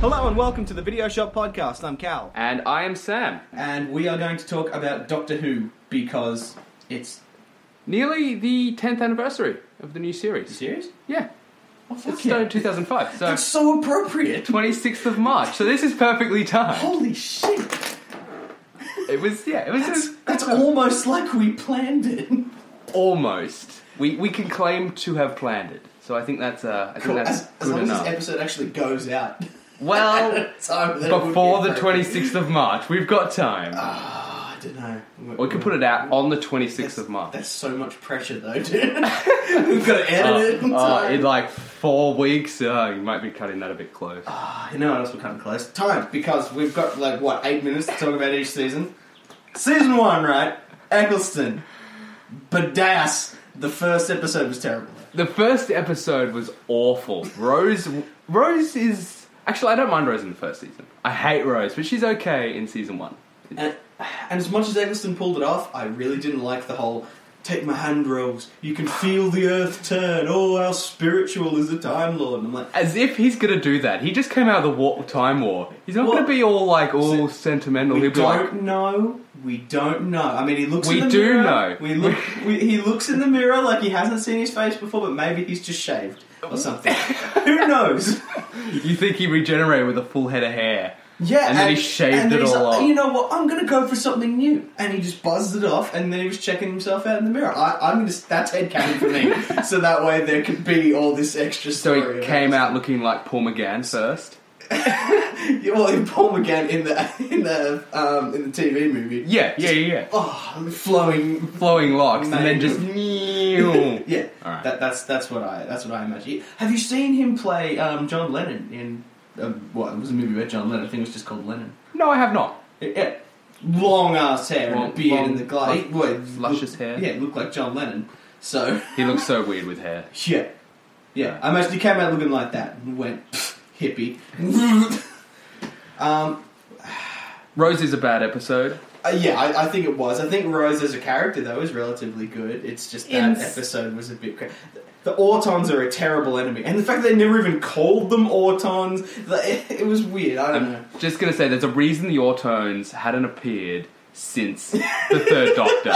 Hello and welcome to the Video Shop Podcast. I'm Cal. And I am Sam. And we are going to talk about Doctor Who because it's. Nearly the 10th anniversary of the new series. Serious? Yeah. Oh, It's fuck yeah. started 2005, so That's so appropriate! 26th of March. So this is perfectly timed. Holy shit! It was, yeah, it was, it That's, was that's almost like we planned it. almost. We, we can claim to have planned it. So I think that's, uh, I think Cool. that's As, as good long as enough. this episode actually goes out. well, at a time that it would be before the appropriate. 26th of March, we've got time. Ah, I don't know. we can put it out on the 26th of March. That's so much pressure though, dude. We've got to edit it. in Uh, time. in like four weeks, uh, you might be cutting that a bit close. You know what else we're coming close? Time, because we've got like what eight minutes to talk about each season. Season one, right? Eccleston, Badass. The first episode was terrible. The first episode was awful. Rose, Rose is actually I don't mind Rose in the first season. I hate Rose, but she's okay in season one. And, and as much as Eccleston pulled it off, I really didn't like the whole "take my handrails, you can feel the earth turn." Oh, how spiritual is the Time Lord? And I'm like, As if he's gonna do that. He just came out of the war, time war. He's not Well, gonna be all like so- all sentimental. we He'll be like, don't know. We don't know. I mean, he looks. We in the do mirror, know. We look. we, he looks in the mirror like he hasn't seen his face before, but maybe he's just shaved or something. Who knows? you think he regenerated with a full head of hair? Yeah, And then he shaved and then it he's all like, off. You know what? I'm gonna go for something new, and he just buzzed it off, and then he was checking himself out in the mirror. I, I'm gonna that's headcanon for me, so that way there could be all this extra So story. he about came this. out looking like Paul McGann first. Yeah, well, in Paul McGann in the in the um, in the TV movie. Yeah, yeah, yeah. yeah. Oh, flowing. Flowing locks, and then Mate. just meow. Yeah, All right. that, that's that's what I that's what I imagine. Have you seen him play um, John Lennon in um, what it was a movie about John Lennon? I think it was just called Lennon. No, I have not. Yeah. Long ass hair Long- and a beard long, and the glass. lush- luscious hair. Yeah, looked like John Lennon. So, He looks so weird with hair. yeah. Yeah, I imagine he came out looking like that and went, "Pfft, hippie. um, Rose is a bad episode. uh, yeah, I, I think it was. I think Rose as a character, though, is relatively good. It's just that Ins- episode was a bit. Cra- the Autons are a terrible enemy. And the fact they never even called them Autons, the- it was weird. I don't know. I'm Um, just gonna say there's a reason the Autones hadn't appeared since the Third Doctor.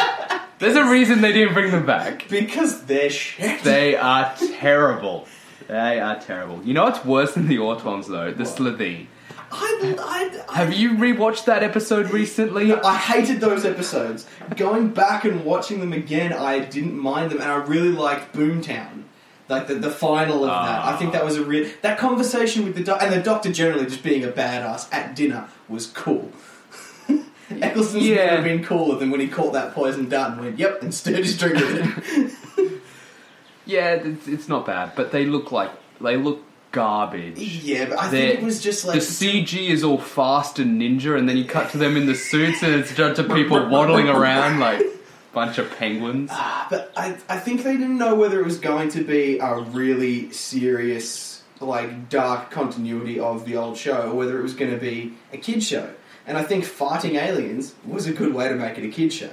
There's a reason they didn't bring them back. Because they're shit. They are terrible. They are terrible. You know what's worse than the Autons though? The Slitheen. I, I, I Have you rewatched that episode recently? I hated those episodes. Going back and watching them again, I didn't mind them, and I really liked Boomtown. Like the, the final of that, I think that was a real that conversation with the doc- and the doctor generally just being a badass at dinner was cool. Eccleston's Yeah. never been cooler than when he caught that poison dart and went, "Yep," and stirred his drink with it. Yeah, it's, it's not bad, but they look like they look garbage. yeah, but I They're- think it was just The like CG is all fast and ninja, and then you cut to them in the suits, and it's a bunch of people waddling around like bunch of penguins. Ah, But I, I think they didn't know whether it was going to be a really serious, like, dark continuity of the old show, or whether it was going to be a kid show. And I think fighting aliens was a good way to make it a kid show.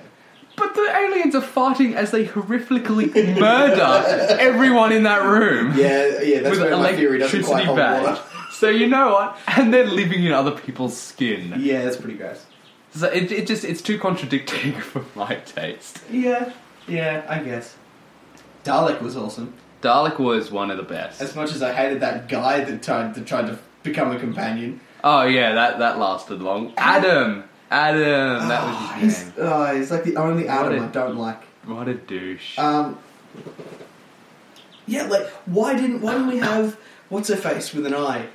But the aliens are farting as they horrifically murder everyone in that room. Yeah, yeah, that's where my theory doesn't quite hold water. So you know what? And they're living in other people's skin. Yeah, that's pretty gross. So it, it just it's too contradicting for my taste. Yeah, yeah, I guess. Dalek was awesome. Dalek was one of the best. As much as I hated that guy that tried, that tried to become a companion. oh yeah, that that lasted long. Adam, Adam, that Ah, was his he's, name. ah, he's like the only Adam a- I don't like. What a douche. Um, yeah, like why didn't why didn't we have what's her face with an eye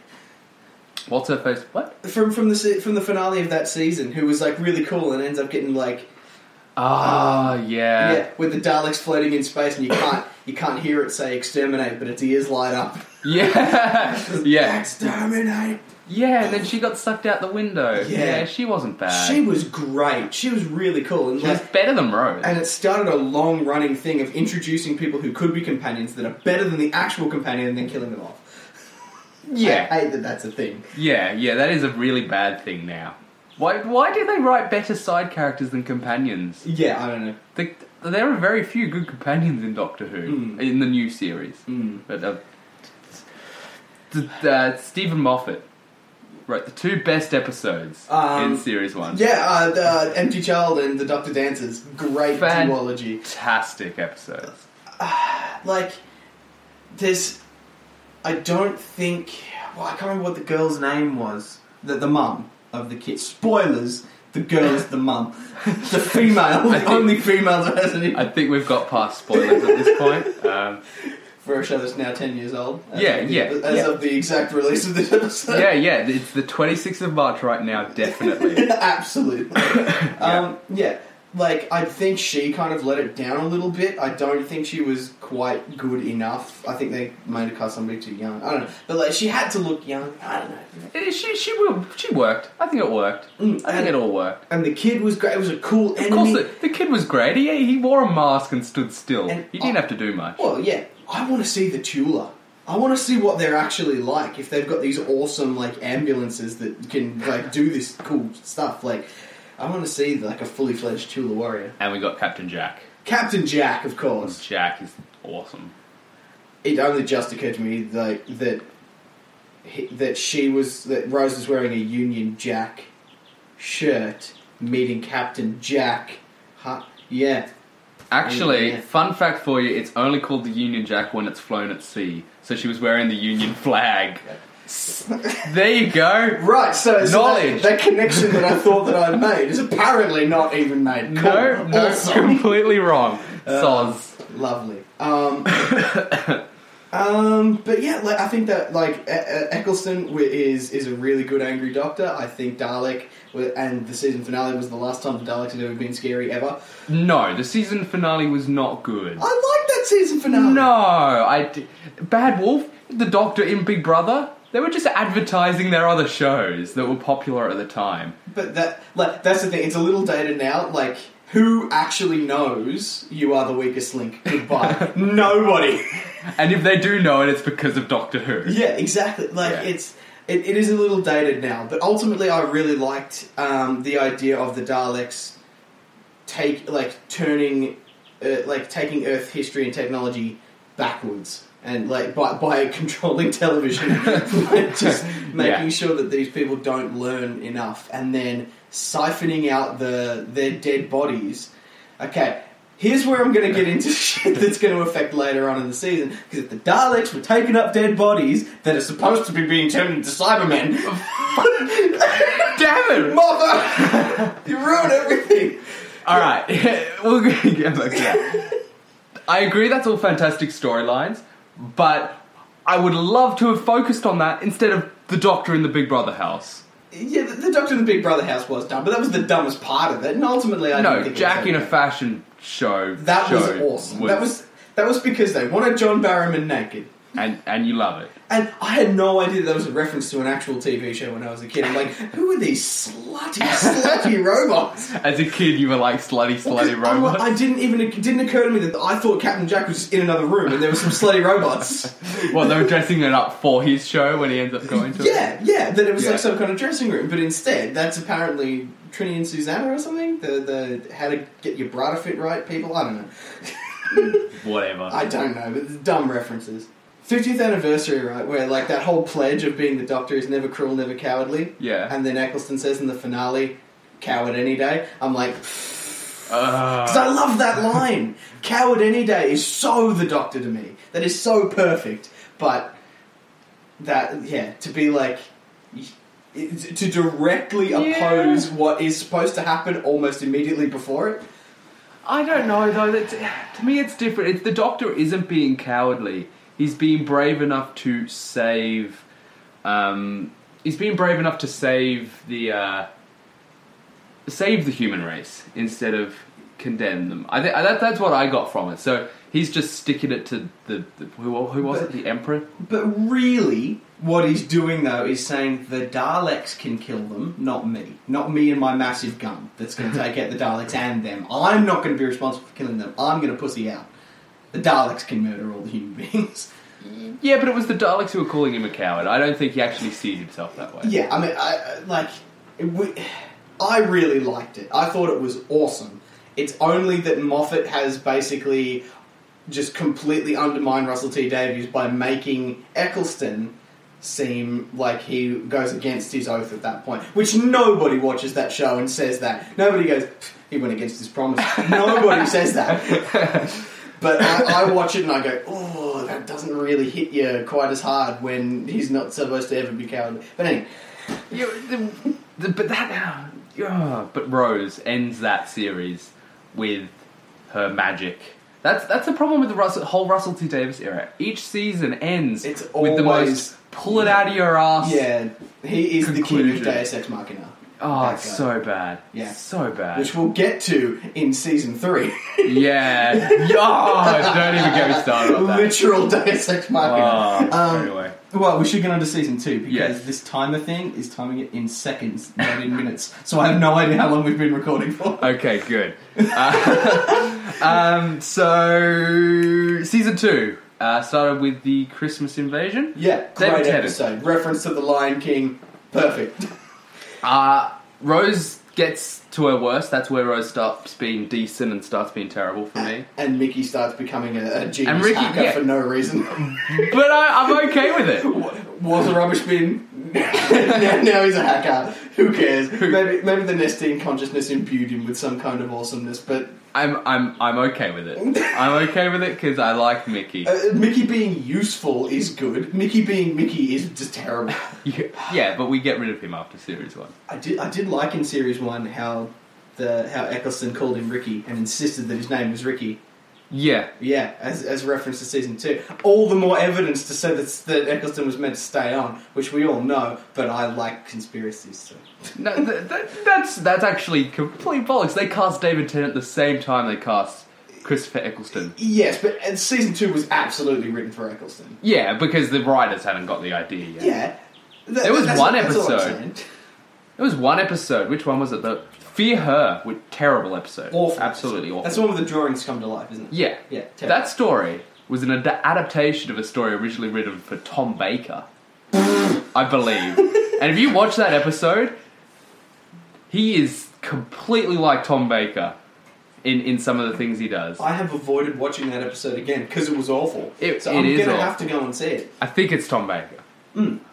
What's her face? What? from from the se- from the finale of that season? Who was like really cool and ends up getting like uh, Ah, yeah. yeah, with the Daleks floating in space and you can't you can't hear it say exterminate, but its ears light up. Yeah, yeah, exterminate. yeah. And then she got sucked out the window. Yeah. she wasn't bad. She was great. She was really cool and She was like. better than Rose. And it started a long running thing of introducing people who could be companions that are better than the actual companion and then killing them off. I Yeah, hate that that's a thing. yeah, yeah. That is a really bad thing now. Why? Why do they write better side characters than companions? Yeah, I don't know. The, there are very few good companions in Doctor Hmm. Who in the new series. But uh, th- th- uh, Stephen Moffat wrote the two best episodes Um, in series one. Yeah, uh, the uh, Empty Child and the Doctor Dancers. Great Fan- duology. Fantastic episodes. Like, there's. I don't think. Well, I can't remember what the girl's name was. The, the mum of the kid. Spoilers. The girl is the mum. the female. I The think- only female that has any. I think we've got past spoilers at this point. Um, for a show that's now 10 years old. As Yeah, of the- yeah, As yeah. of the exact release of this episode. yeah, yeah, it's the 26th of March right now, definitely. Absolutely. Um, yeah. Like, I think she kind of let it down a little bit. I don't think she was quite good enough. I think they made her cast somebody too young. I don't know. But, like, she had to look young. I don't know. Eh, she, she, will, she worked. I think it worked. Mm, I think it all worked. And the kid was great. It was a cool Of course, enemy. the, the kid was great. He, he wore a mask and stood still. And He didn't I- have to do much. Well, yeah. I want to see the Tula. I want to see what they're actually like. If they've got these awesome like ambulances that can like do this cool stuff, like I want to see like a fully fledged Tula warrior. And we got Captain Jack. Captain Jack, of course. Jack is awesome. It only just occurred to me like that he, that she was that Rose was wearing a Union Jack shirt, meeting Captain Jack. Huh? Yeah. Actually, Yeah. fun fact for you, it's only called the Union Jack when it's flown at sea. So she was wearing the Union flag. S- there you go. Right, so, so Knowledge. That, that connection that I thought that I'd made is apparently not even made. No, Cool. no, awesome. Uh, completely wrong. Soz. lovely. Um, um, but yeah, like I think that like E- E- Eccleston wi- is is a really good angry doctor. I think Dalek wa- and the season finale was the last time the Daleks had ever been scary ever. No, the season finale was not good. I like that season finale. No, I. D- Bad Wolf, The Doctor in Big Brother, they were just advertising their other shows that were popular at the time. But that like that's the thing. It's a little dated now. Like who actually knows you are the weakest link? Goodbye. Nobody. And if they do know it, it's because of Doctor Who. Yeah, exactly. Like Yeah. it's it, it is a little dated now, but ultimately, I really liked um, the idea of the Daleks take like turning uh, like taking Earth history and technology backwards. And like by, by controlling television, by just making Yeah. sure that these people don't learn enough, and then siphoning out the their dead bodies. Okay, here's where I'm going to get into shit that's going to affect later on in the season. Because if the Daleks were taking up dead bodies that are supposed to be being turned into Cybermen, Damn it! mother, you ruined everything. All right, we're going to get back to that. I agree that's all fantastic storylines, but I would love to have focused on that instead of the Doctor in the Big Brother house. Yeah, the, the Doctor in the Big Brother house was dumb, but that was the dumbest part of it. And ultimately, I didn't No, think it Jack was in a okay. fashion show. That was show awesome. That was that was because they wanted John Barrowman naked. and and you love it. And I had no idea that was a reference to an actual TV show when I was a kid. I'm like, who are these slutty, slutty robots? As a kid, you were like slutty, slutty I'm like- robot. I didn't even it didn't occur to me that I thought Captain Jack was in another room and there were some slutty robots. well, they were dressing it up for his show when he ends up going to it. yeah, yeah, that it was Yeah. like some kind of dressing room. But instead, that's apparently Trini and Susanna or something. The the how to get your bra to fit right people. I don't know. Whatever. I don't know, but it's dumb references. 50th anniversary, right? Where like that whole pledge of being the Doctor is never cruel, never cowardly. Yeah. And then Eccleston says in the finale, "Coward any day." I'm like, Uh, because I love that line. Coward any day is so the Doctor to me. That is so perfect. But that, yeah, to be like, to directly oppose what is supposed to happen almost immediately before it. I don't know though. That's, to me, it's different. It's, the Doctor isn't being cowardly. He's being brave enough to save. Um, he's being brave enough to save the uh, save the human race instead of condemn them. I think that, that's what I got from it. So he's just sticking it to the, the who, who was it? The Emperor. But really, what he's doing though is saying the Daleks can kill them, not me. Not me and my massive gun that's going to take out the Daleks and them. I'm not going to be responsible for killing them. I'm going to pussy out. The Daleks can murder all the human beings. Yeah, but it was the Daleks who were calling him a coward. I don't think he actually sees himself that way. yeah, I mean, I I- like. It w- I really liked it. I thought it was awesome. It's only that Moffat has basically just completely undermined Russell T Davies by making Eccleston seem like he goes against his oath at that point. Which nobody watches that show and says that. Nobody goes, "Pfft, he went against his promise. nobody says that. But I, I watch it and I go, oh, that doesn't really hit you quite as hard when he's not supposed to ever be cowardly. But anyway, You, the, the, but that, yeah, but Rose ends that series with her magic. That's that's the problem with the Russell, whole Russell T Davis era. Each season ends It's with the always- most pull it out of your ass. yeah, he is the king of Conclusion. Deus Ex Machina. Oh, That it's guy. so bad. Yeah. so bad. Which we'll get to in season three. yeah. yeah. Don't even get me started on that. Literal Deus Ex Machina. Oh, Um, anyway. Well, we should get on to season two because Yes. this timer thing is timing it in seconds, not in minutes. So I have no idea how long we've been recording for. Okay, good. Uh, um, so season two uh, started with the Christmas invasion. Yeah, David great Tennant. episode. Reference to the Lion King. Perfect. Uh, Rose gets to her worst. That's where Rose stops being decent and starts being terrible for me. And Mickey starts becoming a, a genius And Ricky- hacker yeah. for no reason. But I, I'm okay with it. Was a rubbish bin. now, now he's a hacker. Who cares? Maybe maybe the Nestine consciousness imbued him with some kind of awesomeness, but I'm I'm I'm okay with it. I'm okay with it because I like Mickey. uh, Mickey being useful is good. Mickey being Mickey is just terrible. Yeah, but we get rid of him after series one. I did I did like in series one how the how Eccleston called him Ricky and insisted that his name was Ricky. Yeah, Yeah, as as a reference to season two, all the more evidence to say that that Eccleston was meant to stay on, which we all know. But I like conspiracies. So. no, th- th- that's that's actually complete bollocks. They cast David Tennant at the same time they cast Christopher Eccleston. Yes, but and season two was absolutely written for Eccleston. Yeah, because the writers hadn't got the idea yet. Yeah. Th- There was that's- one that's all I'm episode. saying. It was one episode. Which one was it? The Fear Her, with terrible episode. Awful. absolutely awful. That's the one where the drawings come to life, isn't it? Yeah. Yeah. terrible. That story was an ad- adaptation of a story originally written for Tom Baker, I believe. and if you watch that episode, he is completely like Tom Baker in, in some of the things he does. I have avoided watching that episode again because it was awful. It- so it I'm is gonna awful. have to go and see it. Hmm. I think it's Tom Baker.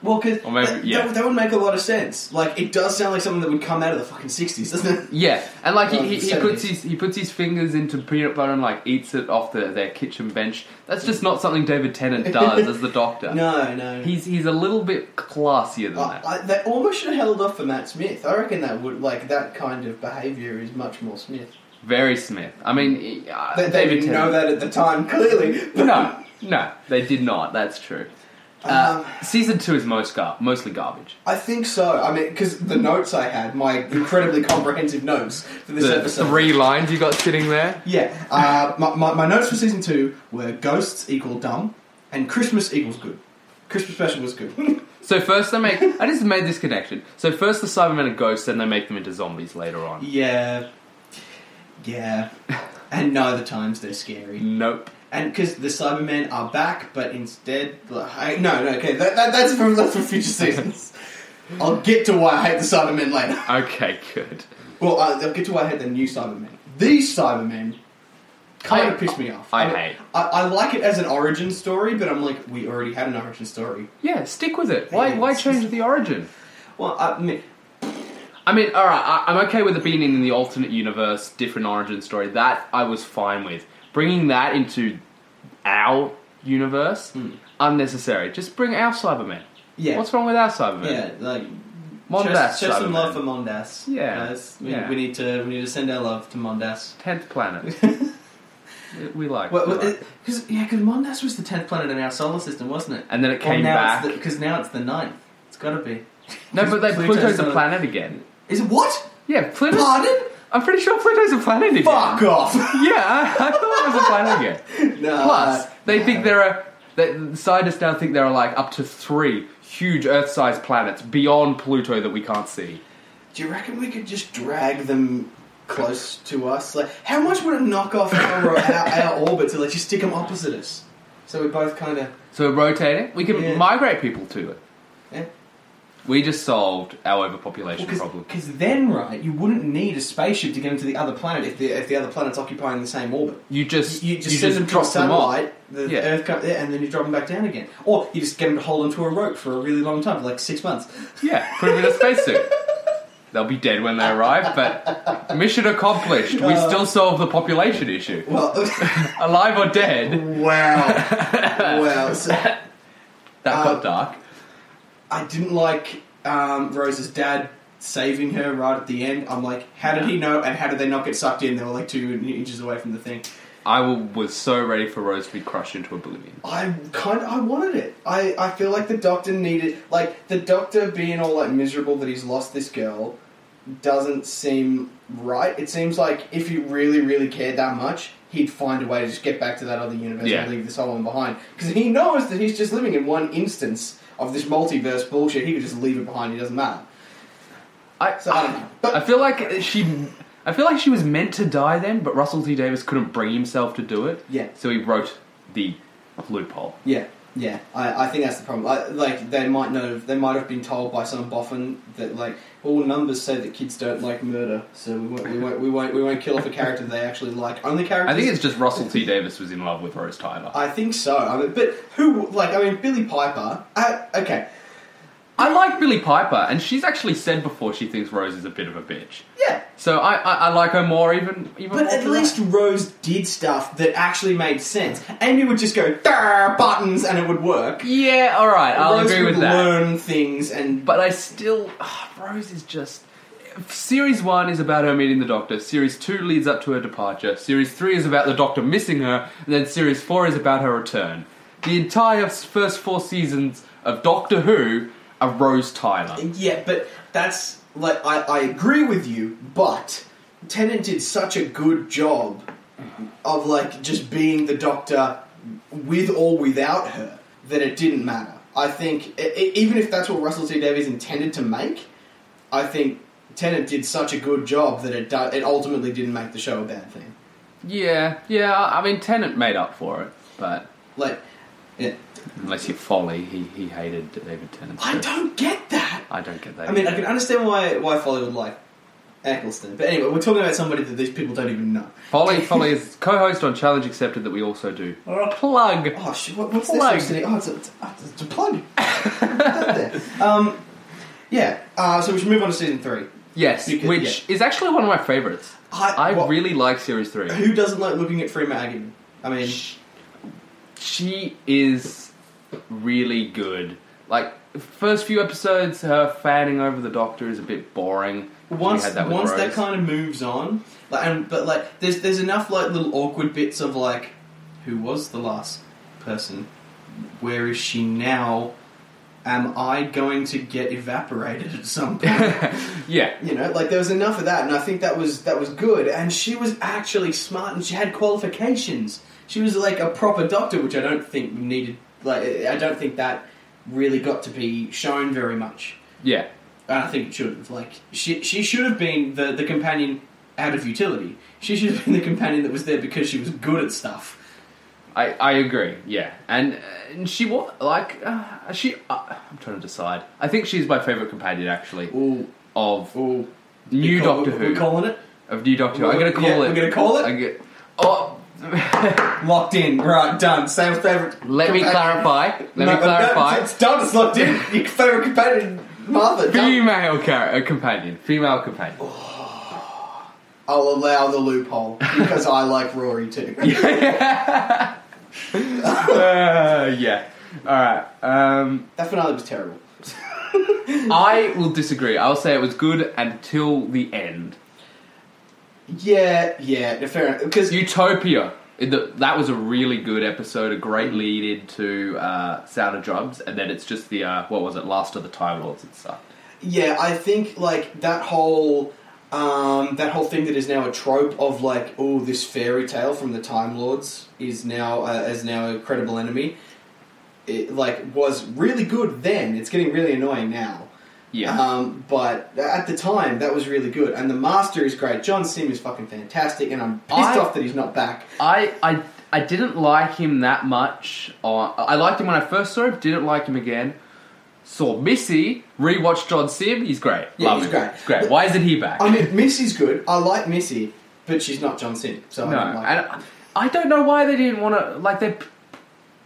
Well, because Or maybe- that, yeah. that, that would make a lot of sense. Like, it does sound like something that would come out of the fucking sixties, doesn't it? Yeah, and like Oh, he, he, he puts 70s. his he puts his fingers into peanut butter and like eats it off the, their kitchen bench. That's just not something David Tennant does as the Doctor. No, Oh, no. He's he's a little bit classier than I, that. I, they almost should have held off for Matt Smith. I reckon that would like that kind of behaviour is much more Smith. Very Smith. I mean, uh, They, they David didn't know Tennant. that at the time, clearly. But, No, no, they did not. That's true. Uh, Um, season two is most gar- mostly garbage. I think so. I mean, because the notes I had, my incredibly comprehensive notes for this the episode. three lines you got sitting there. Yeah, uh, my, my, my notes for season two were ghosts equal dumb, and Christmas equals good. Christmas special was good. So first they make. I just made this connection. So first the Cybermen are ghosts, then they make them into zombies later on. yeah, yeah, and no, the times they're scary. Nope. And because the Cybermen are back, but instead, like, I- no, no, okay, that, that, that's from that's from future seasons. I'll get to why I hate the Cybermen later. Okay, good. Well, I- I'll get to why I hate the new Cybermen. These Cybermen kind I- of piss me off. I mean, hate. I, I like it as an origin story, but I'm like, we already had an origin story. Yeah, stick with it. Why? Why change the origin? Well, I mean, I mean, all right, I, I'm okay with it being in the alternate universe, different origin story. That I was fine with. Bringing that into our universe, unnecessary. Just bring our Cybermen. Hmm. yeah, What's wrong with our Cybermen? yeah, like Mondas. Show, show some Cybermen. love for Mondas. Yeah. Guys. we, Yeah. we need to we need to send our love to Mondas. Tenth planet. We- we like. Well, we well, like. it- cause, yeah, because Mondas was the tenth planet in our solar system, wasn't it? and then it came back. because now it's the ninth. It's got to be. no, but they, Pluto's Pluto's not a a- planet again. Is it what? Yeah, Pluto. Pardon? I'm pretty sure Pluto's a planet again. Fuck off. Yeah, I, I thought it was a planet again. no. uh, Plus, they no. think there are. That scientists now think there are like up to three huge Earth-sized planets beyond Pluto that we can't see. Do you reckon we could just drag them close to us? Like, how much would it knock off our, our, our orbit to like just stick them opposite us, so we both kind of So we're rotating. We can Yeah. migrate people to it. yeah. We just solved our overpopulation problem. Because then, right, you wouldn't need a spaceship to get into the other planet if the, if the other planet's occupying the same orbit. You just You, you just send them to a drop them off. satellite, the Yeah. Earth comes, yeah, and then you drop them back down again. Or you just get them to hold onto a rope for a really long time, like six months. Yeah, put them in a spacesuit. They'll be dead when they arrive, but mission accomplished. We Uh, still solve the population issue. Well, Alive or dead, wow, wow. So, that Uh, got dark. I didn't like um, Rose's dad saving her right at the end. I'm like, how did he know? And how did they not get sucked in? They were like two inches away from the thing. I w- was so ready for Rose to be crushed into oblivion. I kind of I wanted it. I, I feel like the doctor needed like the doctor being all like miserable that he's lost this girl doesn't seem right. It seems like if he really really cared that much, he'd find a way to just get back to that other universe Yeah. and leave this other one behind because he knows that he's just living in one instance of this multiverse bullshit. He could just leave it behind. It doesn't matter. I, So I don't know. But I feel like she. I feel like she was meant to die then, but Russell T Davis couldn't bring himself to do it. Yeah. So he wrote the loophole. Yeah, yeah. I, I think that's the problem. I, like they might not have, they might have been told by some boffin that like all numbers say that kids don't like murder, so we won't we won't we won't, we won't kill off a character they actually like. Only characters. I think it's just Russell T Davis was in love with Rose Tyler. I think so. I mean, but who? Like, I mean, Billy Piper. I, okay, I like Billy Piper, and she's actually said before she thinks Rose is a bit of a bitch. yeah. So I, I, I like her more even even. But more at for that. least Rose did stuff that actually made sense. Amy would just go "Durr, buttons and it would work. Yeah, all right, I'll Rose agree would with that. learn things and But I still, ah, Rose is just. Series one is about her meeting the Doctor. Series two leads up to her departure. Series three is about the Doctor missing her, and then series four is about her return. The entire s- first four seasons of Doctor Who are Rose Tyler. Yeah, but that's like I, I agree with you, but Tennant did such a good job of like just being the Doctor with or without her that it didn't matter. I think e- e- even if that's what Russell T Davies intended to make, I think Tennant did such a good job that it do- it ultimately didn't make the show a bad thing. Yeah, yeah. I mean, Tennant made up for it, but Like, yeah, unless you're Folly, he he hated David Tennant. I don't get that. I don't get that. I mean, I either. can understand why why Folly would like Eccleston, but anyway, we're talking about somebody that these people don't even know. Folly Folly is co-host on Challenge Accepted that we also do. Plug. Oh shit! What, what's Plug. this? City? Oh, it's a, it's a, it's a plug. um, yeah. Uh, so we should move on to season three. Yes, You could- which is actually one of my favorites. I what- really like series three. Who doesn't like looking at Free Magan? I mean, Sh- She is really good. Like first few episodes, her fanning over the Doctor is a bit boring. We once had that with once Rose. that kind of moves on, like, and, but like, there's there's enough like little awkward bits of like, who was the last person? Where is she now? Am I going to get evaporated at some point? yeah, you know like there was enough of that and i think that was that was good and she was actually smart and she had qualifications she was like a proper doctor which i don't think needed like i don't think that really got to be shown very much yeah, and i think it should have like she, she should have been the, the companion out of utility she should have been the companion that was there because she was good at stuff I, I agree. Yeah, and, uh, and she was like uh, she. Uh, I'm trying to decide. I think she's my favorite companion actually ooh of ooh new We call- Doctor we- Who we're calling it of new Doctor Who. I'm gonna call Yeah, it. we're gonna call it? I'm gonna- oh. locked in right done same favorite Let me clarify. Let me clarify. it's done it's locked in your favorite companion Martha done. Female car- uh, companion. Female companion. I'll allow the loophole because I like Rory too. Uh, yeah. All right. Um, That finale was terrible. I will disagree. I'll say it was good until the end. Yeah, yeah, no, fair enough. Because Utopia. in the- that was a really good episode. A great lead into uh, Sound of Drums, and then it's just the uh, what was it? Last of the Time Lords and stuff. yeah, I think like that whole um, that whole thing that is now a trope of like, oh, this fairy tale from the Time Lords is now uh, is now a credible enemy. It like was really good then. It's getting really annoying now. Yeah. Um, but at the time, that was really good, and the master is great. John Sim is fucking fantastic, and I'm pissed I- off that he's not back. I, I I didn't like him that much. On, I liked him when I first saw him. Didn't like him again. Saw Missy, rewatched John Sim, he's great. Yeah, Love he's him. great. Great. Why isn't he back? I mean, Missy's good. I like Missy, but she's not John Cena, so no, I don't like and I- I don't know why they didn't want to. Like they,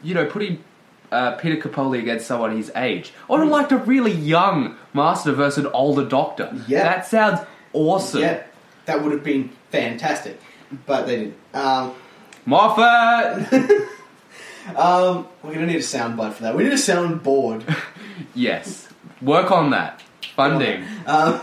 you know, putting uh, Peter Capaldi against someone his age. I Hmm. would have liked a really young Master versus an older Doctor. Yeah. that sounds awesome. Yeah, that would have been fantastic, but they didn't. Um, Moffat. um, we're gonna need a soundbite for that. We need a soundboard. yes, work on that funding. Um,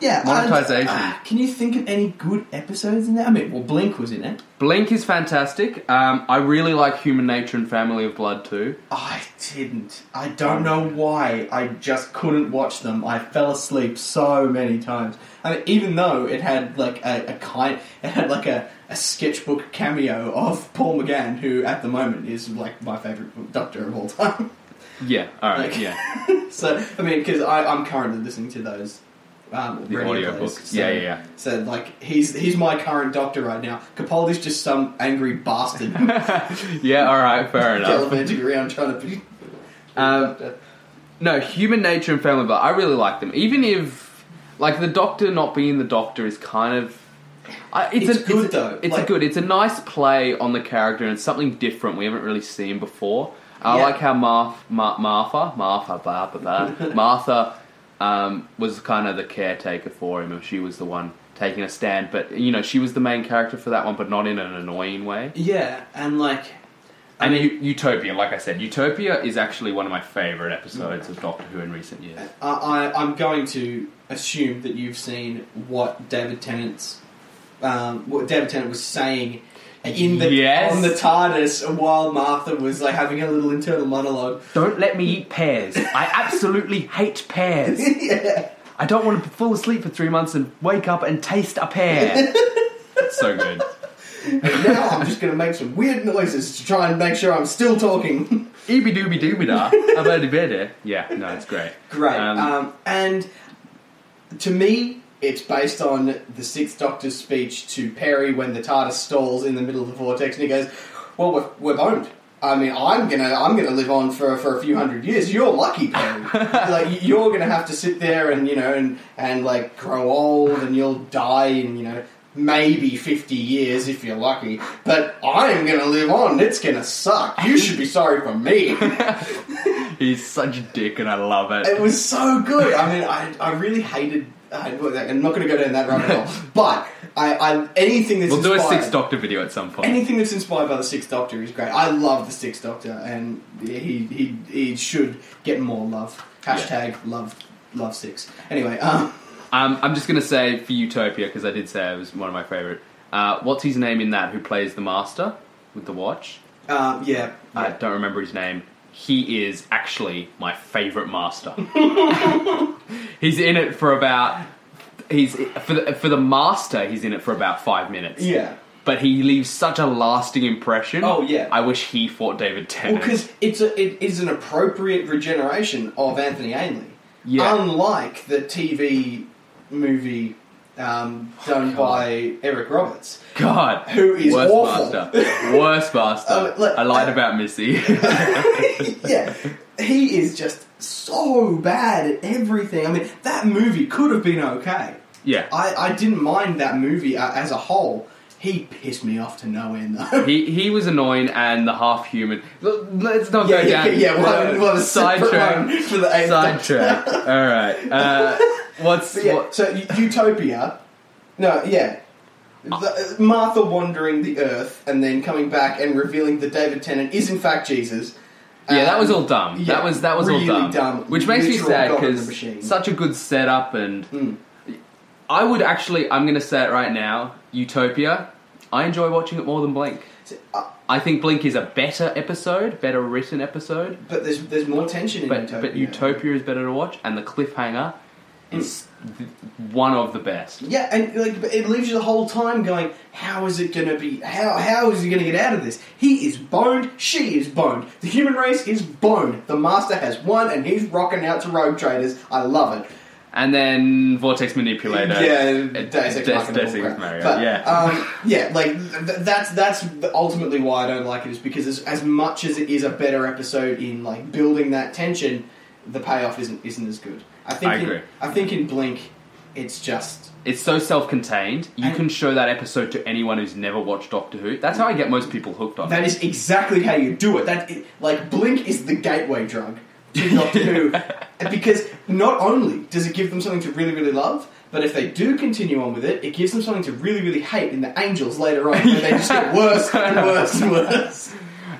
yeah, and, Monetization. uh, can you think of any good episodes in there? I mean, well, Blink was in it. Blink is fantastic. Um, I really like Human Nature and Family of Blood too. I didn't. I don't know why. I just couldn't watch them. I fell asleep so many times. I mean, even though it had like a, a kind, it had like a, a sketchbook cameo of Paul McGann, who at the moment is like my favorite Doctor of all time. Yeah, all right, Like- yeah. so I mean, because I'm currently listening to those. Um, The radio audiobooks. plays. So, Yeah, yeah, yeah. So like he's he's my current doctor right now. Capaldi's just some angry bastard yeah, all right, fair enough. gallivanting around trying to be. Um, no, human nature and family blood. I really like them. Even if, like, the Doctor not being the Doctor is kind of. I, it's, It's a, good, it's a- though. It's Like- a good. It's a nice play on the character, and it's something different we haven't really seen before. I Yeah. like how Marf, Mar- Martha, Martha, blah, blah, blah, Martha um, was kind of the caretaker for him, and she was the one taking a stand. But you know, she was the main character for that one, but not in an annoying way. yeah, and like I And mean- U- Utopia, like I said, Utopia is actually one of my favourite episodes of Doctor Who in recent years. I, I, I'm going to assume that you've seen what David Tennant's um, what David Tennant was saying in the Yes. on the TARDIS while Martha was like having a little internal monologue. Don't let me eat pears. I absolutely hate pears. yeah. I don't want to fall asleep for three months and wake up and taste a pear. so good. now I'm just going to make some weird noises to try and make sure I'm still talking. Eeby dooby dooby da. I've heard it better. Yeah, no, it's great. Great. Um, Um, and to me, it's based on the Sixth Doctor's speech to Perry when the TARDIS stalls in the middle of the vortex, and he goes, "Well, we're, we're boned. I mean, I'm gonna I'm gonna live on for for a few hundred years. You're lucky, Perry. like you're gonna have to sit there and you know and and like grow old, and you'll die in you know." Maybe 50 years if you're lucky, but I'm gonna live on. It's gonna suck. You should be sorry for me. He's such a dick and I love It it. was so good. I mean, I, I really hated. I, am not going to go down that rabbit hole. But I, I anything that's We'll do a inspired, Six Doctor video at some point. anything that's inspired by the Sixth Doctor is great. I love the Sixth Doctor, and he he, he should get more love. Hashtag love love six. Anyway, um, Um, I'm just going to say for Utopia, because I did say it was one of my favourite. Uh, what's his name in that who plays the Master with the watch? um, yeah, I don't remember his name. He is actually my favorite master. he's in it for about he's for the, for the master. He's in it for about five minutes. yeah. But he leaves such a lasting impression. Oh, yeah. I wish he fought David Tennant. Well, because it's a, it is an appropriate regeneration of Anthony Ainley. Yeah. Unlike the TV movie um, done Oh, God. by Eric Roberts. God, Who is worst awful. master? worst master. Um, look, I lied uh, about Missy. yeah, he is just so bad at everything. I mean, that movie could have been okay. yeah, I, I didn't mind that movie uh, as a whole. He pissed me off to no end, though. He, he was annoying and the half human. Let's not yeah, go yeah, down. yeah, we'll have, we'll have a separate sidetrack. one for the eighth Sidetrack. All right. Uh, what's But yeah, what? so U- Utopia. No, yeah. The, Martha wandering the earth and then coming back and revealing that David Tennant is in fact Jesus. Yeah, that was Um, all dumb. yeah, that was that was really all dumb. dumb. Which makes me Literal sad God in the machine. because such a good setup, and Mm. I would actually. I'm going to say it right now. Utopia. I enjoy watching it more than Blink. So, uh, I think Blink is a better episode, better written episode. but there's there's more tension in But Utopia. Hmm. but Utopia is better to watch, and the cliffhanger is th- one of the best. Yeah, and like but it leaves you the whole time going, how is it going to be? How how is he going to get out of this? He is boned. She is boned. The human race is boned. The master has won, and he's rocking out to rogue traders. I love it. And then Vortex Manipulator. Yeah, Uh, Deus Ex Des- Machina Deus bull Ex crap. Mario, But, yeah. um, yeah, like th- th- that's that's the- ultimately why I don't like it is because as, as much as it is a better episode in like building that tension, the payoff isn't isn't as good. I think I in- agree. I think in Blink, it's just It's so self-contained. You And- can show that episode to anyone who's never watched Doctor Who. That's how I get most people hooked on that it. is exactly how you do it. That i- like Blink is the gateway drug to Doctor Who, because not only does it give them something to really really love. But if they do continue on with it, it gives them something to really, really hate in the Angels later on, where they just get worse and worse and worse.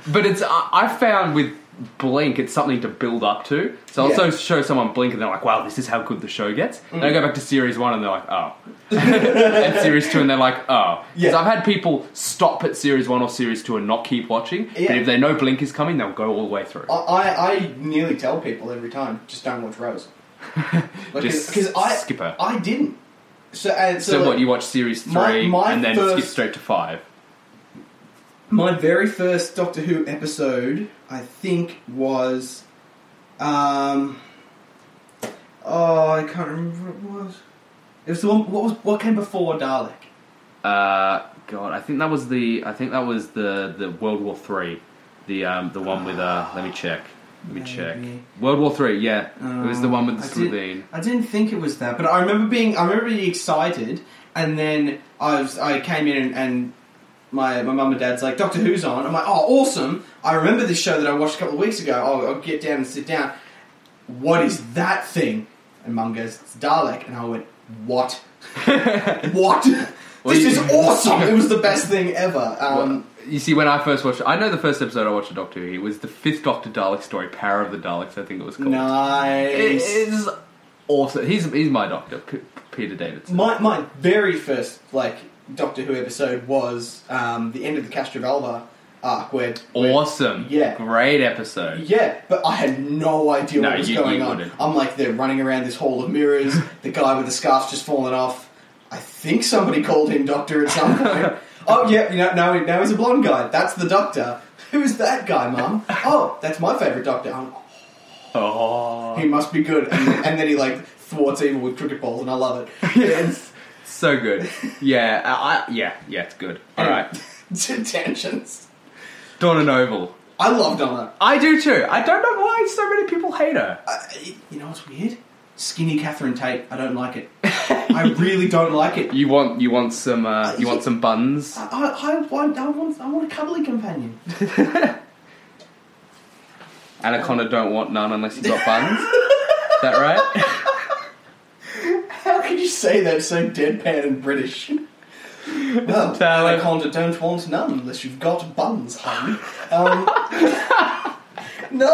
But it's I, I found with Blink, it's something to build up to. So I'll Yeah. also show someone Blink, and they're like, "Wow, this is how good the show gets." Then I go back to series one, and they're like, "Oh," and series two, and they're like, "Oh." Because Yeah. I've had people stop at series one or series two and not keep watching. Yeah. Oh, But if they know Blink is coming, they'll go all the way through. I, I, I nearly tell people every time, just don't watch Rose. Just Because I, skip her. I didn't. So, and so, So, like, what you watch series My- three my and then skip first- straight to five? my very first Doctor Who episode, I think, was. Um, oh, I can't remember what it was. It was the one. What was what came before Dalek? Uh, God, I think that was the I think that was the the World War Three, the um the one with uh. Let me check. Let me check. Maybe. World War Three. Yeah, it was the one Uh, Um, with the I did- Slovene. I didn't think it was that, but I remember being. I remember being excited, and then I was. I came in and. and my, my mum and dad's like, Doctor Who's on. I'm like, oh, awesome. I remember this show that I watched a couple of weeks ago. Oh, I'll get down and sit down. What is that thing? And mum goes, it's Dalek. And I went, what? what? Well, this you- is awesome. It was the best thing ever. Um, you see, when I first watched, I know the first episode I watched of Doctor Who it was the fifth Doctor Dalek story, Power of the Daleks. I think it was called. It- nice. it's awesome. He's he's my doctor, P- Peter Davidson. My my very first like Doctor Who episode was um, the end of the Castrovalva arc, where, where awesome. Yeah. great episode. yeah, but I had no idea No, what was you- going you on. wouldn't. I'm like they're running around this hall of mirrors. the guy with the scarf's just fallen off. I think somebody called him Doctor at some point. oh yeah, you know now now he's a blonde guy. That's the Doctor. Who's that guy, Mum? oh, that's my favourite Doctor. I'm, Oh, he must be good. And, and then he like thwarts evil with cricket balls, and I love it. Yes. so good. Yeah, I, I- yeah, yeah. It's good. All right, Tangents. Dawn and Oval. I love Donna. I do too. I don't know why so many people hate her. I, you know what's weird? Skinny Catherine Tate. I don't like it. I really don't like it. You want you want some uh, you want some buns. I, I, I, want, I, want, I want a cuddly companion. Anaconda don't want none unless you got buns. Is that right? How could you say that so deadpan and British? Well, Talent. Anaconda don't want none unless you've got buns, hun. Um, no!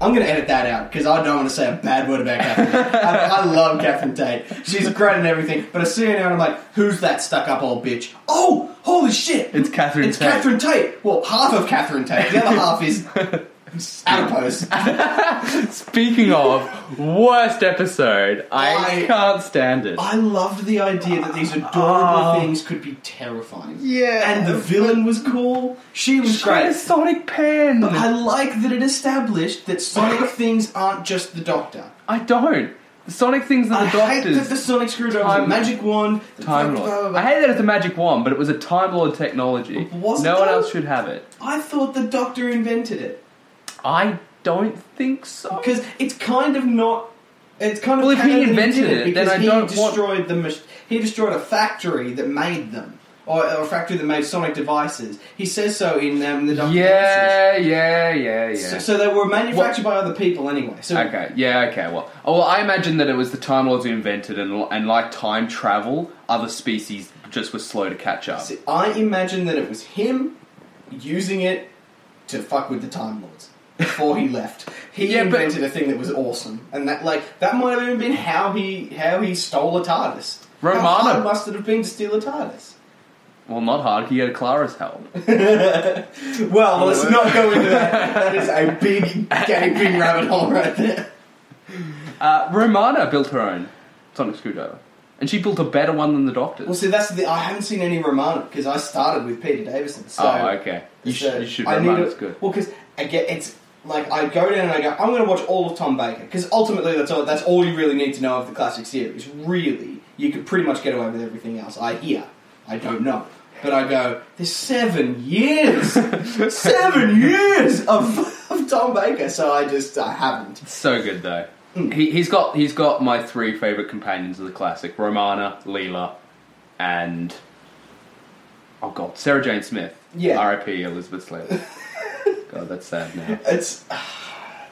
I'm going to edit that out because I don't want to say a bad word about Catherine. I, I love Catherine Tate. She's great and everything, but I see her now and I'm like, who's that stuck up old bitch? Oh, holy shit! It's Catherine It's Tate. Catherine Tate! Well, half of Catherine Tate. The other half is adipose. Speaking of worst episode, I, I- can't stand it. I loved the idea that these adorable Oh. things could be terrifying. Yeah. And the villain was cool. She was She had a great. Sonic pen. But I I, like that it established that Sonic things aren't just the Doctor. don't. The Sonic things are I the hate doctors. that the Sonic screwdriver was a Time- magic wand. Time blah, blah, Lord. blah. I hate that it's a magic wand, but it was a Time Lord technology. But was it no one though? else should have it. I thought the Doctor invented it. I don't think so. Because it's kind of not. It's kind of Well, if he canon that invented did it, then because I he don't want- destroyed the mach- he destroyed a factory that made them, or, or a factory that made sonic devices. He says so in um, the Doctor. Dances. Yeah, yeah, yeah, yeah. So, so they were manufactured by other people anyway. So Okay. Yeah. Okay. Well. Oh, well. I imagine that it was the Time Lords who invented and and like time travel, other species just were slow to catch up. see, I imagine that it was him using it to fuck with the Time Lords before he left. He Yeah, but- invented a thing that was awesome, and that like that might have even been how he how he stole a TARDIS. How Romano. hard must it have been to steal a TARDIS? Well, not hard. He had Clara's help. Well, let's not go into that. That is a big gaping rabbit hole right there. Uh, Romana built her own sonic screwdriver, and she built a better one than the Doctor's. Well, see, that's the I haven't seen any Romano because I started with Peter Davison. So oh, okay. You, sh- So you should. I need Romana's to- good. Well, because I get it's like I go down and I go, I'm going to watch all of Tom Baker because ultimately that's all that's all you really need to know of the classic series. Really, you could pretty much get away with everything else. I hear, I don't know, but I go, there's seven years, seven years of, of of Tom Baker, so I just I haven't. It's so good though. Hmm. He, he's got he's got my three favorite companions of the classic: Romana, Leela, and oh god, Sarah Jane Smith. Yeah. R.I.P. Elizabeth Slater. god, that's sad now. It's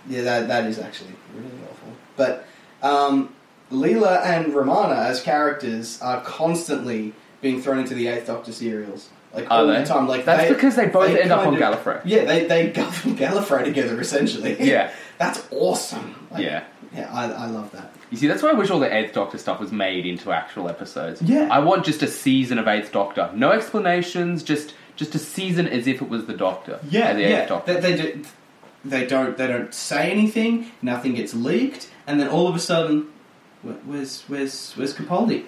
yeah, that that is actually really awful. But um, Leela and Romana as characters are constantly being thrown into the Eighth Doctor serials. Like Are all they? the time. Like That's because they both end up on kind of- Gallifrey. Yeah, they they govern Gallifrey together essentially. Yeah. that's awesome. Like, Yeah. yeah, I, I love that. You see, that's why I wish all the Eighth Doctor stuff was made into actual episodes. Yeah. I want just a season of Eighth Doctor. No explanations, just just a season as if it was the Doctor. Yeah, Uh, the yeah. Eighth They, Doctor. they, do, they don't. They don't say anything. Nothing gets leaked, and then all of a sudden, wh- where's where's where's Capaldi?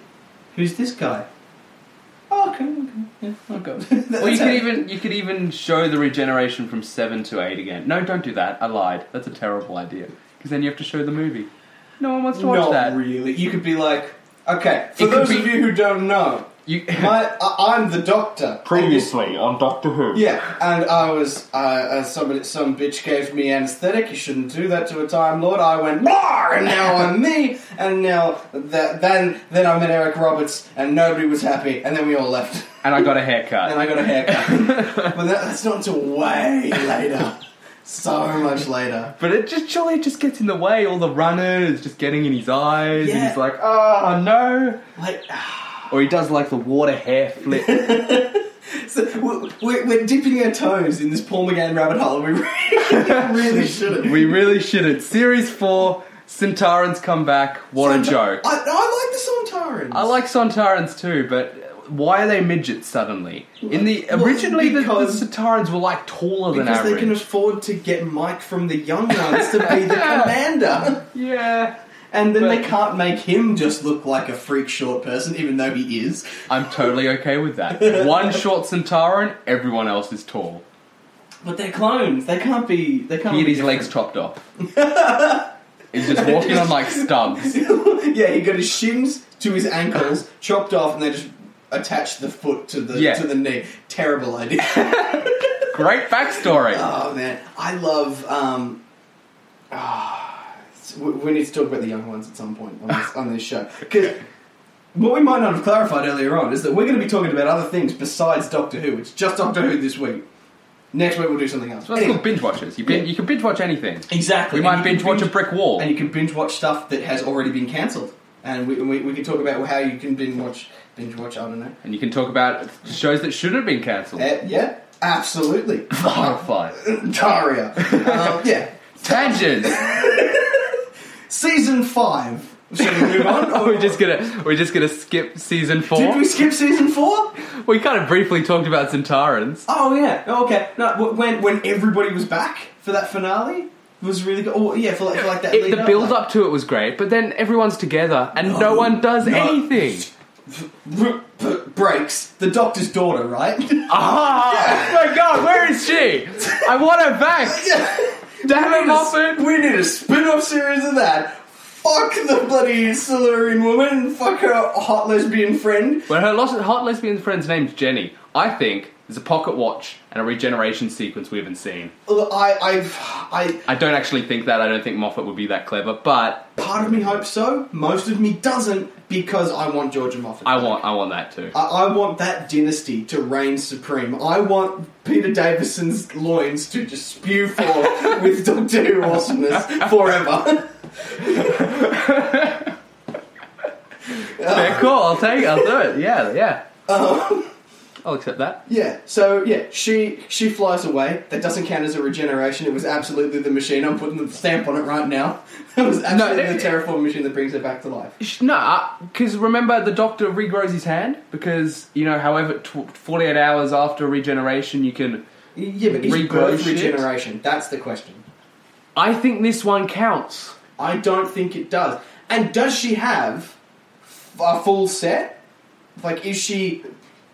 Who's this guy? Oh, okay, okay. yeah, I'll go. or Oh, you That's could it. even you could even show the regeneration from seven to eight again. No, don't do that. I lied. That's a terrible idea. Because then you have to show the movie. No one wants to watch Not that. really. You could be like, okay. For It could those be- of you who don't know, You- my I, I'm the Doctor. and this- on Doctor Who. Yeah, and I was uh, uh, somebody, some bitch gave me anesthetic. You shouldn't do that to a Time Lord. I went "Blah," and now I'm me, and now that then then I met Eric Roberts, and nobody was happy, and then we all left, And I got a and haircut. I got a haircut. but that, that's not until way later, so much later. But it just surely it just gets in the way, all the runners just getting in his eyes, and Yeah. he's like, oh no. Like. Or he does like the water hair flip. So we're- we're, we're dipping our toes in this Paul McGann rabbit hole, and we really, really shouldn't. We really shouldn't. Series four, Centauran's come back. What a joke. I, I like the Sontarans. I like Centaurans too, but why are they midgets suddenly? In the Well, originally, the, the because- Centaurans were like taller than Because they average. can afford to get Mike from the young ones to be the commander. yeah, And then they But- can't make him just look like a freak short person, even though he is. I'm totally okay with that. One short Centauran, everyone else is tall. But they're clones. They can't be. They can't. He had be his legs chopped off. He's just walking on like stubs. different. yeah, he got his shins to his ankles chopped off, and they just attached the foot to the Yeah. to the knee. Terrible idea. Great backstory. oh man, I love. Um, ah, it's- we we need to talk about the young ones at some point on this, on this show. 'Cause what we might not have clarified earlier on is that we're going to be talking about other things besides Doctor Who. It's just Doctor Who this week. Next week we'll do something else. So that's Anyway. called binge watches. You, bin- Yeah. you can binge watch anything. exactly. We And might you can binge watch a brick wall. and you can binge watch stuff that has already been cancelled. And we, we, we can talk about how you can binge watch binge watch. I don't know. And you can talk about shows that should have been cancelled. Uh, yeah, absolutely. Firefly. Daria. Um, yeah. Tangents! Season five. Should we move on? we're just gonna we're just gonna skip season four. Did we skip season four? We kind of briefly talked about Centaurans. Oh yeah. Oh, okay. No, w- when when everybody was back for that finale was really good. Oh yeah, for like, for like that. It, lead the up, build like- up to it was great, but then everyone's together and no, No, one does no. anything. R- p- breaks the doctor's daughter, right? Ah! My God, where is she? I want her back. Damn it, Moffat! we need a spin-off series of that. Fuck the bloody Silurian woman. Fuck her hot lesbian friend. When her lost, hot lesbian friend's name's Jenny, I think there's a pocket watch and a regeneration sequence we haven't seen. Look, I I've I I don't actually think that. I don't think Moffat would be that clever, but part of me hopes so. Most of me doesn't because I want Georgia Moffat. I want I want that too. I, I want that dynasty to reign supreme. I want Peter Davison's loins to just spew forth with Doctor Who awesomeness forever. Fair call. I'll take. it, I'll do it. Yeah, yeah. I'll accept that. yeah. So yeah, she she flies away. That doesn't count as a regeneration. It was absolutely the machine. I'm putting the stamp on it right now. That was absolutely it- the terraform machine that brings her back to life. Sh- No, because remember the doctor regrows his hand because you know, however, tw- forty-eight hours after regeneration, you can. Yeah, but is Regrow birth shit? regeneration? That's the question. I think this one counts. I don't think it does. And does she have f- a full set? Like, is she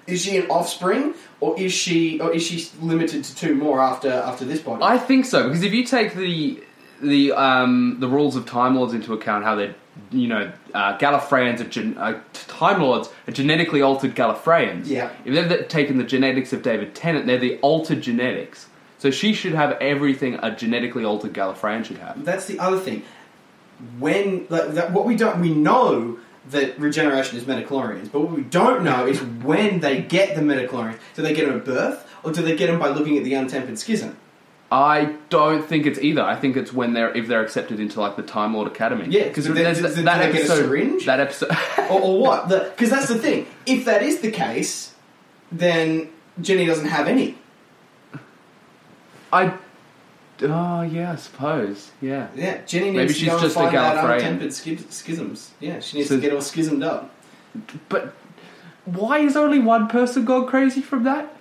is she an offspring, or is she or is she limited to two more after after this body? I think so because if you take the the um, the rules of Time Lords into account, how they're you know uh, Gallifreyans are gen- uh, t- Time Lords are genetically altered Gallifreyans. Yeah. If they've th- taken the genetics of David Tennant, they're the altered genetics. So she should have everything a genetically altered Gallifreyan should have. That's the other thing. When like that, what we don't we know that regeneration is metachlorians, but what we don't know is when they get the metachlorians. Do they get them at birth, or do they get them by looking at the untempered schism? I don't think it's either. I think it's when they're if they're accepted into like the Time Lord Academy. Yeah, because but then- there's does- that, do that they get a episode. syringe? That episode. or, or what? Because that's the thing. If that is the case, then Jenny doesn't have any. I. Oh yeah, I suppose. Yeah. Yeah, Jenny needs Maybe to she's go just a and find out Gallifreyan. untempered schis- schisms. Yeah, she needs So- to get all schismed up. But why is only one person gone crazy from that?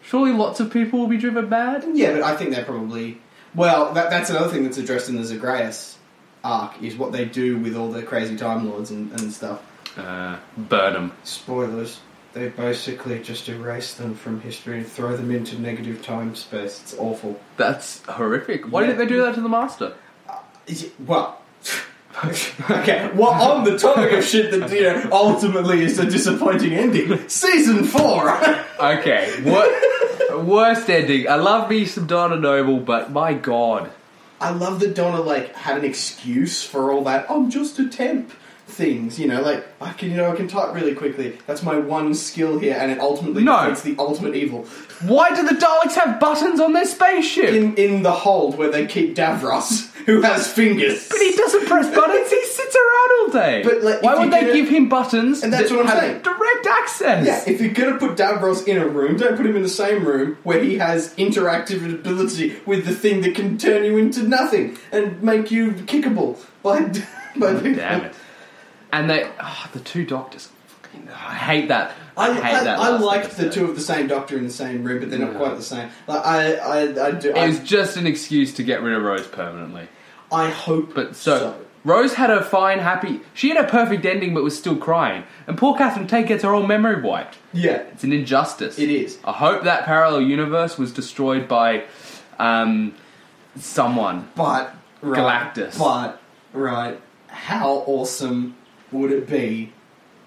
Surely lots of people will be driven mad. Yeah, but I think they're probably well. That, that's another thing that's addressed in the Zagreus arc is what they do with all the crazy time lords and, and stuff. Uh, burn them. Spoilers. They basically just erase them from history and throw them into negative time space. It's awful. That's horrific. Why Yeah. didn't they do that to the master? Is it- Well, okay. Well, on the topic of shit that you know, ultimately is a disappointing ending. Season four. Okay, what worst ending? I love me some Donna Noble, but my god, I love that Donna like had an excuse for all that. I'm just a temp things, you know. Like I can, you know, I can type really quickly. That's my one skill here, and it ultimately No. it's the ultimate evil. why do the Daleks have buttons on their spaceship? In in the hold where they keep Davros, who has fingers. But he doesn't press buttons. He sits around all day. But, like, why if would you they did it- give him buttons And that's that what I'm have saying. direct access? Yeah, if you're gonna put Davros in a room, don't put him in the same room where he has interactive ability with the thing that can turn you into nothing and make you kickable by by people. Oh, Damn it. And they, ah, the two doctors. Fucking- I hate that. I, I, hate I, that. I last liked the episode. two of the same doctor in the same room, but they're not Yeah. quite the same. Like I, I, I do. It was I, just an excuse to get rid of Rose permanently. I hope, But so, Rose had her fine, happy. She had a perfect ending, but was still crying. And poor Catherine Tate gets her whole memory wiped. yeah, It's an injustice. It is. I hope that parallel universe was destroyed by, um, someone. but right, Galactus. But right, how awesome would it be,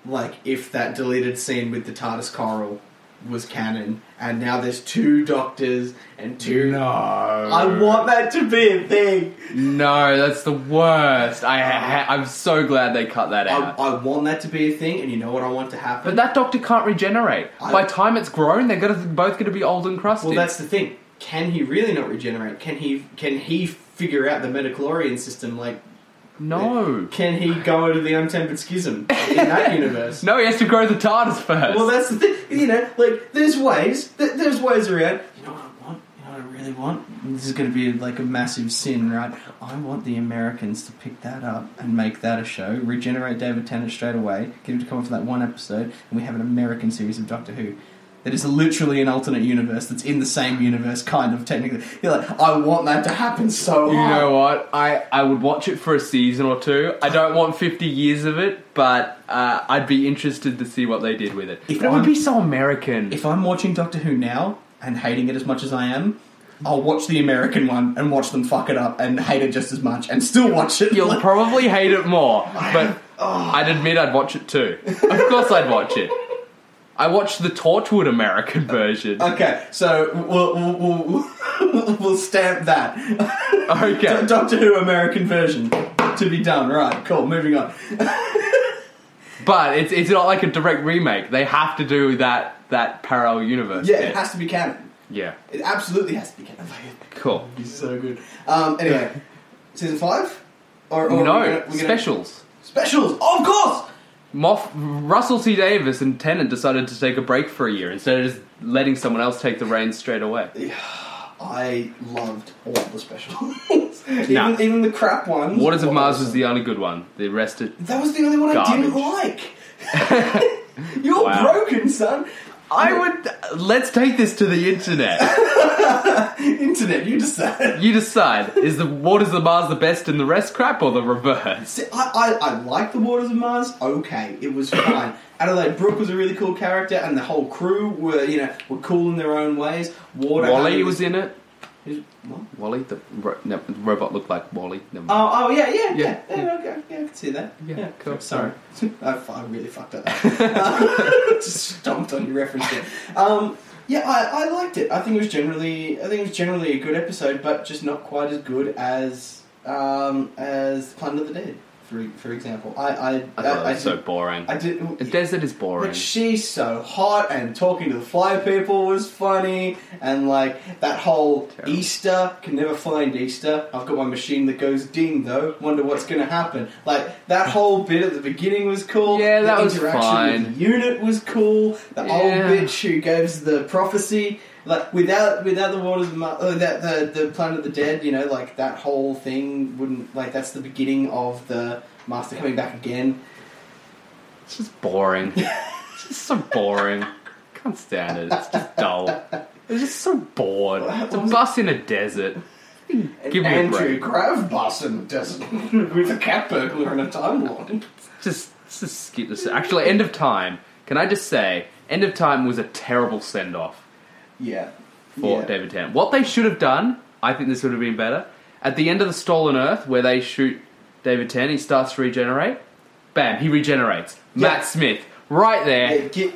like if that deleted scene with the TARDIS coral was canon, and now there's two doctors and two. No. I want that to be a thing. No, that's the worst. I ha- I'm so glad they cut that I, out. I want that to be a thing, and you know what I want to happen. but that doctor can't regenerate. I- By time it's grown, they're gonna both going to be old and crusty. Well, that's the thing. Can he really not regenerate? Can he? Can he figure out the metachlorian system? Like, no, can he go into the untempered schism in that universe? no, he has to grow the TARDIS first. Well, that's the thing. You know, like there's ways. Th- there's ways around. You know what I want? You know what I really want? And This is going to be like a massive sin, right? I want the Americans to pick that up and make that a show. Regenerate David Tennant straight away. Get him to come on for that one episode, and we have an American series of Doctor Who. That is literally an alternate universe that's in the same universe, kind of technically. You're like, I want that to happen so you hard. know what? I, I would watch it for a season or two. I don't want 50 years of it, but uh, I'd be interested to see what they did with it. If but it would I'm- be so American. If I'm watching Doctor Who now and hating it as much as I am, I'll watch the American one and watch them fuck it up and hate it just as much and still watch it. You'll Like, probably hate it more, but oh. I'd admit I'd watch it too. Of course, I'd watch it. I watched the Torchwood Uh, American version. okay, so we'll we'll, we'll, we'll stamp that. Okay. Do- Doctor Who American version to be done. Right, cool. Moving on. But it's it's not like a direct remake. They have to do that that parallel universe. Yeah, bit. it has to be canon. yeah. It absolutely has to be canon. Like, Cool. He's so good. Um, anyway, season five or, or no Oh, we're gonna- we're gonna- specials. specials. of course. Moff Russell T Davis and Tennant decided to take a break for a year instead of just letting someone else take the reins straight away. I loved all the specials. even, Nah. even the crap ones. Waters of were Mars awesome. was the only good one. The rest are That was the only one I didn't like. You're Wow. broken, son. I would let's take this to the internet. Internet, you decide. you decide is the Waters of Mars the best and the rest crap or the reverse? See, I, I, I like the Waters of Mars. Okay, it was fine. Adelaide Brooke was a really cool character, and the whole crew were, you know, were cool in their own ways. Water Wally was in it. in. What? Wally the ro- no, the robot looked like Wally. Never mind. Oh, oh yeah, yeah, yeah. Yeah, yeah, yeah. Okay, yeah, I can see that. Yeah, Yeah, cool. Sorry, Uh, I, fu- I really fucked up. Just stomped on your reference there. Um, Yeah, I, I liked it. I think it was generally I think it was generally a good episode, but just not quite as good as um, as Planet of the Dead, for for example. I I I thought that Uh, I, was so did, boring. I did. The desert is boring. Like she's so hot, and talking to the fly people was funny, and like that whole Terrible. Easter can never find Easter. I've got my machine that goes ding though. Wonder what's going to happen. Like that whole bit at the beginning was cool. Yeah, that the was interaction fine. With the unit was cool. The old Yeah. bitch who gives the prophecy. Like without without the waters of Mar- uh, that the the planet of the dead, you know, like that whole thing wouldn't like that's the beginning of the master coming back again. It's just boring. it's just so boring. Can't stand it. It's just dull. It's just so bored. It's a bus in a desert. Give me a Andrew break. Gravbosson does with a cat burglar and a time lord. Just, just skip this. Actually, end of time. Can I just say, end of time was a terrible send off Yeah. for yeah. David Tennant. What they should have done, I think this would have been better. At the end of the Stolen Earth, where they shoot David Tennant, he starts to regenerate. Bam, he regenerates. Yeah. Matt Smith, right there. Yeah, get-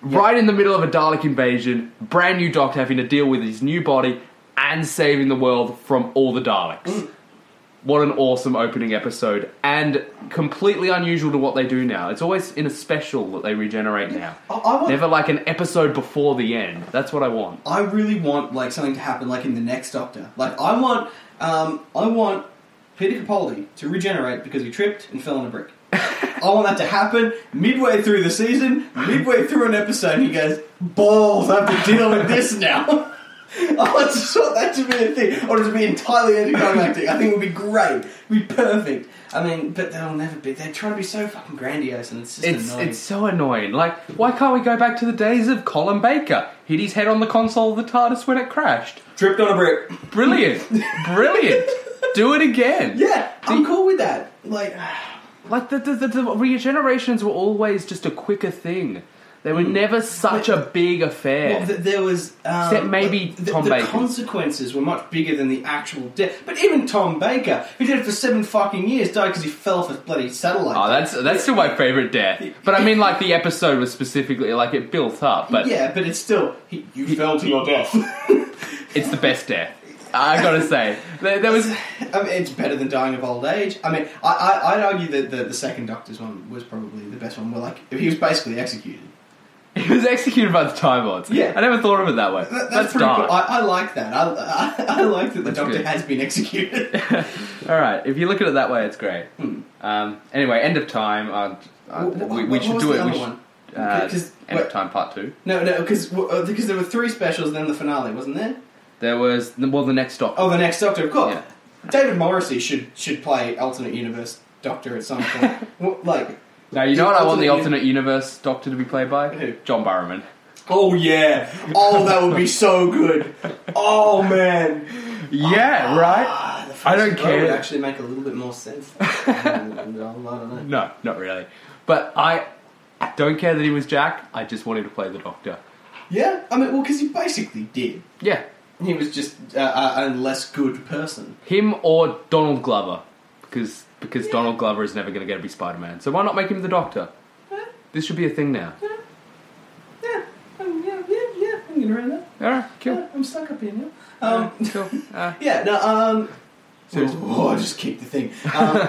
Right in the middle of a Dalek invasion, brand new Doctor having to deal with his new body and saving the world from all the Daleks. Mm. What an awesome opening episode, and completely unusual to what they do now. It's always in a special that they regenerate now. I, I want. Never like an episode before the end. That's what I want. I really want like something to happen like in the next Doctor. Like I want, um, I want Peter Capaldi to regenerate because he tripped and fell on a brick. I want that to happen midway through the season, midway through an episode. He goes balls. I have to deal with this now. I want to sort that to be a thing, or to be entirely anticlimactic. I think it would be great. It'd be perfect. I mean, but they'll never be. They're trying to be so fucking grandiose, and it's just It's annoying. it's so annoying. Like, why can't we go back to the days of Colin Baker? Hit his head on the console of the TARDIS when it crashed. tripped on a brick. Brilliant, brilliant. Do it again. Yeah, I'm cool with that. Like. Like the, the, the, the regenerations were always just a quicker thing. They were never such a big affair. Well, th- there was um, Except maybe the, Tom the Baker. consequences were much bigger than the actual death. But even Tom Baker, who did it for seven fucking years, died because he fell off a bloody satellite. oh, that's that's still my favorite death. But I mean, like the episode was specifically like it built up, but yeah, but it's still he, you fell to your death. I it's the best death. I gotta say, there, there was mean, it's better than dying of old age. I mean, I, I, I'd argue that the, the second Doctor's one was probably the best one. Where like he was basically executed. it was executed by the Time Lords. Yeah. I never thought of it that way. That- that's, that's pretty dark. cool. I, I like that. I, I, I like that the Doctor good. has been executed. All right, if you look at it that way, it's great. Um, anyway, end of time. Uh, uh, Hmm. Wh- wh- we, we what should was do the it. other We should, one? uh, 'Cause- end of wait. time part two. No, no, because uh, because there were three specials, then the finale, wasn't there? There was well, the next stop. Oh, the next Doctor, of course. Yeah. David Morrissey should should play alternate universe Doctor at some point. well, like, Now you know what I want the Alternate alternate universe Doctor to be played by? Who? John Barrowman. oh yeah, oh that would be so good. Oh man, Yeah, Ah, the first I don't row care. Would actually make a little bit more sense. I don't know. No, not really. But I don't care that he was Jack. I just wanted to play the Doctor. Yeah, I mean, well, because he basically did. Yeah, He was just uh, a a less good person. him or Donald Glover, because because Donald Glover is never going to get to be Spider Man. So why not make him the Doctor? Yeah, This should be a thing now. yeah, um, yeah, yeah, yeah. I'm gonna run that. All right, cool. Yeah, I'm stuck up here now. Um, cool. Uh, Yeah, no, um. Seriously. Oh, I just kicked the thing. Um,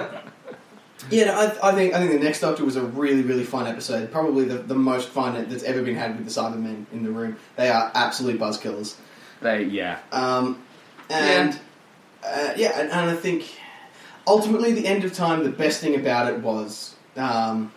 yeah, no, I, I think I think the next Doctor was a really really fun episode. Probably the, the most fun that- that's ever been had with the Cybermen in the room. They are absolute buzzkillers. they, yeah, Um, and uh, yeah, and, and I think ultimately the end of time. The best thing about it was um,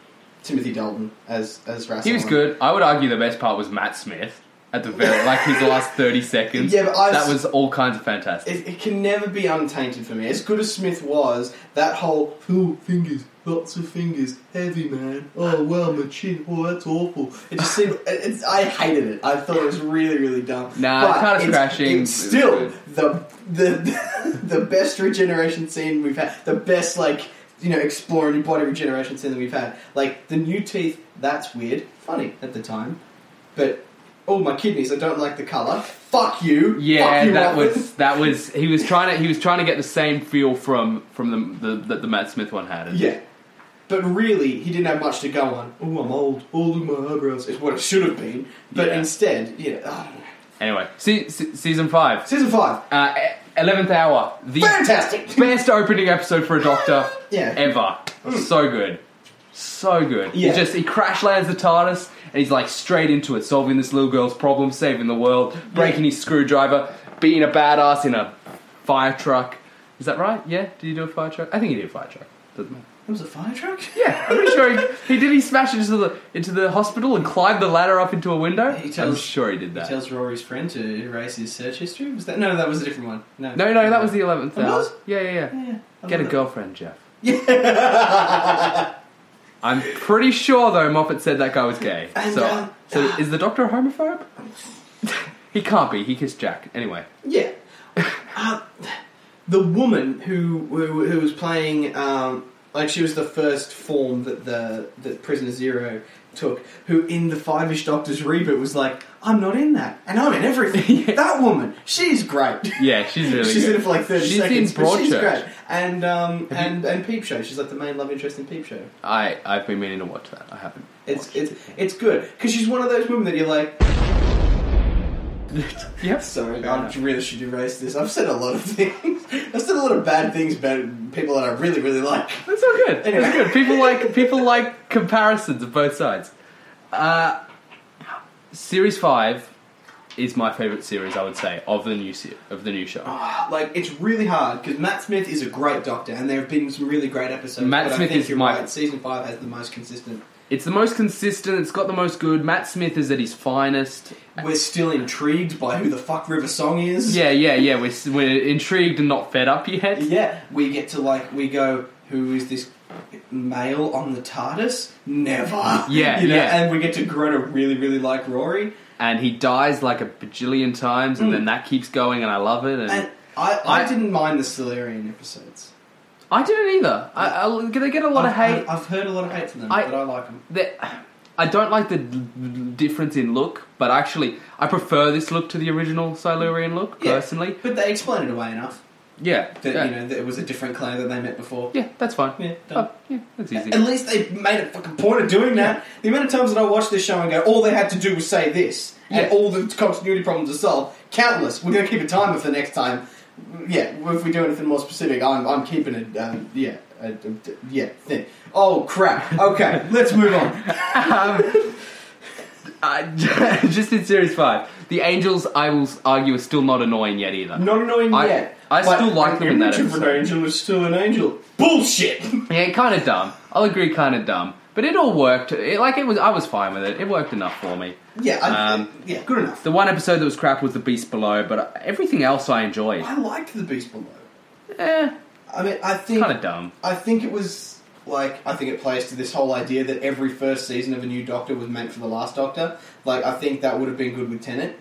Timothy Dalton as as Rassilon. he was good. I would argue the best part was Matt Smith at the very like his last thirty seconds. Yeah, but I- that was all kinds of fantastic. It, it can never be untainted for me. As good as Smith was, that whole oh fingers, lots of fingers, heavy man. Oh wow, my chin. Oh, that's awful. It just seemed. it- It's, I hated it. I thought it was really, really dumb. Nah, But the TARDIS it's- crashing It's is still good. the the the best regeneration scene we've had. The best like you know exploring your body regeneration scene that we've had. Like the new teeth. That's weird. Funny at the time, but. Oh my kidneys! I don't like the color. Fuck you. Yeah, Fuck you, that Wallace. was that was he was trying to he was trying to get the same feel from from the the, that the Matt Smith one had. And Yeah. But really, he didn't have much to go on. Oh, I'm old. Oh, look at my eyebrows. It's what it should have been. But Yeah. instead, yeah, I don't know. ah, Anyway, se- se- season five, Season 5. uh, e- 11th hour, the Fantastic! best opening episode for a Doctor Yeah. ever. So good. So good. Mm. Yeah. He just he crash lands the TARDIS and he's like straight into it, solving this little girl's problem, saving the world, breaking his screwdriver, being a badass in a fire truck. Is that right? Yeah? Did he do a fire truck? I think he did a fire truck. Doesn't matter. It was a fire truck? Yeah, I'm pretty sure he, he did. He smashed into the into the hospital and climbed the ladder up into a window. He I'm tells- sure he did that. Tells Rory's friend to erase his search history. Was that no? That was a different one. No, no, no, that was the eleventh. Oh, It was? Yeah, yeah, yeah. Yeah, I Get a love girlfriend, Jeff. I'm pretty sure though Moffat said that guy was gay. And, so, uh, so is the doctor a homophobe? he can't be. He kissed Jack. Anyway, that. Yeah. uh, the woman who, who who was playing, um, like she was the first form that the that Prisoner Zero took. Who in the Five Ish Doctors reboot was like, I'm not in that, and I'm in everything. That woman, she's great. yeah, she's really she's good. in it for like thirty She's in seconds. but she's Broadchurch. great. And um, and and Peep Show. She's like the main love interest in Peep Show. I I've been meaning to watch that. I haven't. It's it's it's good because she's one of those women that you're like. Yep. Sorry, Fair I enough. really should erase this. I've said a lot of things. I've said a lot of bad things about people that I really, really like. That's all good. Anyway. That's good. People like people like comparisons of both sides. Uh, series five is my favorite series. I would say of the new se- of the new show. Ah, Like, it's really hard because Matt Smith is a great doctor, and there have been some really great episodes. Matt but Smith I think is you're my- right. Season five has the most consistent. It's the most consistent. It's got the most good. Matt Smith is at his finest. We're still intrigued by who the fuck River Song is. Yeah, yeah, yeah. We're, s- we're intrigued and not fed up yet. yeah. We get to like we go. Who is this male on the TARDIS? Never. Yeah, you know, yeah. And we get to grow to really, really like Rory. And he dies like a bajillion times, and Mm. then that keeps going, and I love it. And, And I, I I- didn't mind the Silurian episodes. I didn't either. I, I, they get a lot of I've- hate. I've, I've heard a lot of hate from them, I- but I like them. They- I don't like the d- d- difference in look, but actually, I prefer this look to the original Silurian look Yeah. personally. But they explain it away enough Yeah, that yeah. you know that it was a different clan that they met before. yeah, that's fine. Yeah, done. Oh, yeah, that's easy. At least they made a fucking point of doing that. The amount of times that I watched this show and go, all they had to do was say this, and Yeah. all the continuity problems are solved. Countless. We're going to keep a timer for next time. Yeah, if we do anything more specific, I'm, I'm keeping it. Um, yeah, uh, d- d- yeah. Thing. Oh crap. Okay, let's move on. um, I- just in series five, the angels, I will s- argue, are still not annoying yet either. Not annoying I- yet. I but still like them in image that of episode. an angel is still an angel. Bullshit. Yeah, kind of dumb. I'll agree, kind of dumb. But it all worked. It, like it was, I was fine with it. It worked enough for me. Yeah, I, Um, yeah, good enough. The one episode that was crap was the Beast Below, but everything else I enjoyed. I liked the Beast Below. Eh, I mean, I think kind of dumb. I think it was like I think it plays to this whole idea that every first season of a new Doctor was meant for the last Doctor. Like, I think that would have been good with Tennant.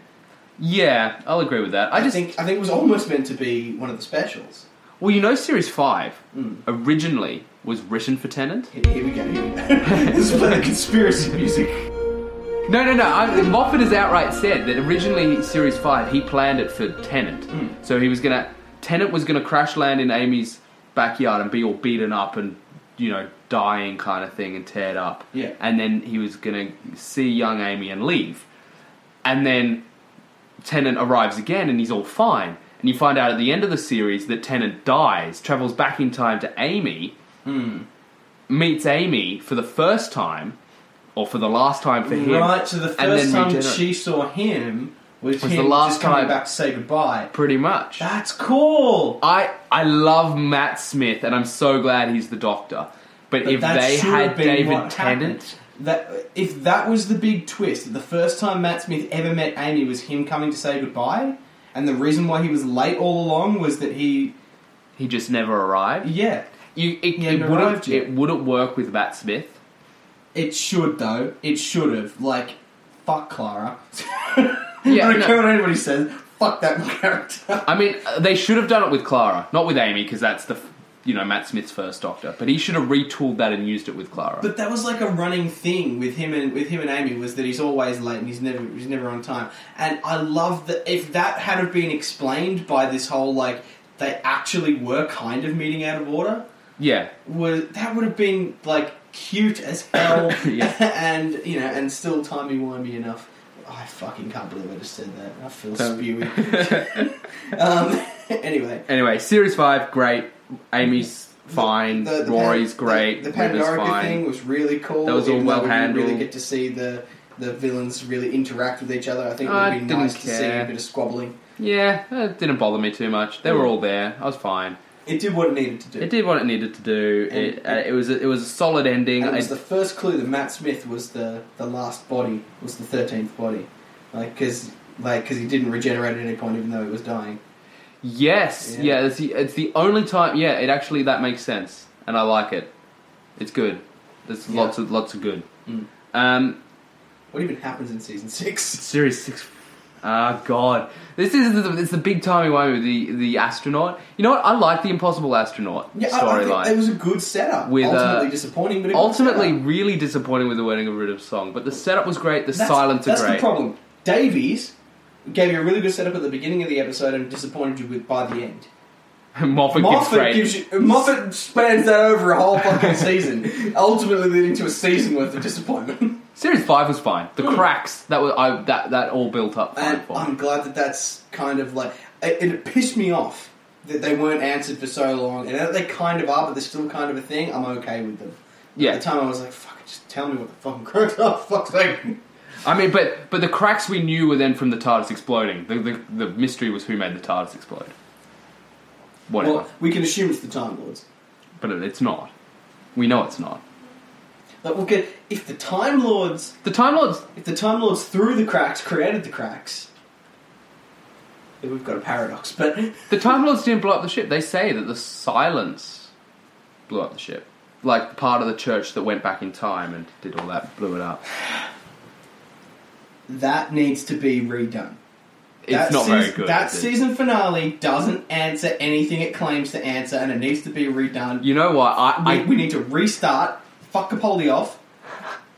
Yeah, I'll agree with that. I I just think I think it was almost meant to be one of the specials. well, you know, series five Mm. originally was written for Tennant. Here, here we go. Here we go. this is playing the conspiracy music. No, no, no. I, Moffat has outright said that originally series five he planned it for Tennant, so he was gonna Tennant was gonna crash land in Amy's backyard and be all beaten up and you know dying kind of thing and teared up. Yeah. and then he was gonna see young Amy and leave, and then Tennant arrives again and he's all fine. And you find out at the end of the series that Tennant dies, travels back in time to Amy, meets Amy for the first time, or for the last time for him. Right, so the and then first time regenerate. she saw him was, Was the him last just coming time- back to say goodbye. Pretty much. That's cool. I I love Matt Smith, and I'm so glad he's the Doctor. But, But if that they should had have been David what Tennant, happened. that if that was the big twist, that the first time Matt Smith ever met Amy was him coming to say goodbye, and the reason why he was late all along was that he, he just never arrived. yeah, You, it, He it hadn't wouldn't arrived yet. it wouldn't work with Matt Smith. it should though, it should have like, fuck Clara. Yeah, I don't no. care what anybody says. Fuck that character. I mean, uh, they should have done it with Clara, not with Amy, because that's the f- you know Matt Smith's first Doctor. But he should have retooled that and used it with Clara. But that was like a running thing with him and with him and Amy was that he's always late and he's never he's never on time. And I love that if that had have been explained by this whole like they actually were kind of meeting out of order. yeah, was that would have been like cute as hell, Yeah. and you know, and still timey wimey enough. I fucking can't believe I just said that. I feel Don't- spewy. um, anyway, anyway, series five, great. Amy's fine. the, the Rory's Pan- great. The, the River's Pandorica fine. thing was really cool. That was all even though well we didn't Really handled. get to see the the villains really interact with each other. I think it I would be didn't nice to see care. a bit of squabbling. Yeah, it didn't bother me too much. They were all there. I was fine. It did what it needed to do. It did what it needed to do. And- It, uh, it was a, it was a solid ending. And it was I- the first clue that Matt Smith was the, the last body, was the thirteenth body, like because he didn't regenerate at any point, even though he was dying. yes, Yeah. yeah. it's, the, it's the only time. Yeah, it actually that makes sense, and I like it. It's good. There's Yeah. lots of lots of good. Mm. Um, What even happens in season six? series six. Ah, God, this is the, it's the big timey one with the the astronaut. You know what? I like the impossible astronaut Yeah, I- I think storyline. It was a good setup. With, uh, ultimately disappointing, but a good Ultimately, setup. really disappointing with the wedding of Rhythm song, but the setup was great. The that's, silence are That's great. the problem. Davies gave you a really good setup at the beginning of the episode and disappointed you with by the end. Moffat, gives Moffat great. gives you, Moffat spans that over a whole fucking season, ultimately leading to a season worth of disappointment. Series five was fine. The cracks that were I, that that all built up fine And for. me. I'm glad Hmm. that that's kind of like it, it pissed me off that they weren't answered for so long, and now that they kind of are, but they're still kind of a thing. I'm okay with them. Yeah. At the time, I was like, "Fuck, just tell me what the fucking crap are." Fuck's sake. I mean, but but the cracks we knew were then from the TARDIS exploding. The the, the mystery was who made the TARDIS explode. Whatever, Well, we can assume it's the Time Lords. but it, it's not. We know it's not. Like, we'll get if the Time Lords, The Time Lords. if the Time Lords through the cracks created the cracks. then We've got a paradox, but The Time Lords didn't blow up the ship. They say that the silence blew up the ship. Like the part of the church that went back in time and did all that blew it up. that needs to be redone. It's That not very season- good. That is it? season finale doesn't answer anything it claims to answer, and it needs to be redone. You know what? I, we, I we need to restart, fuck Capaldi off,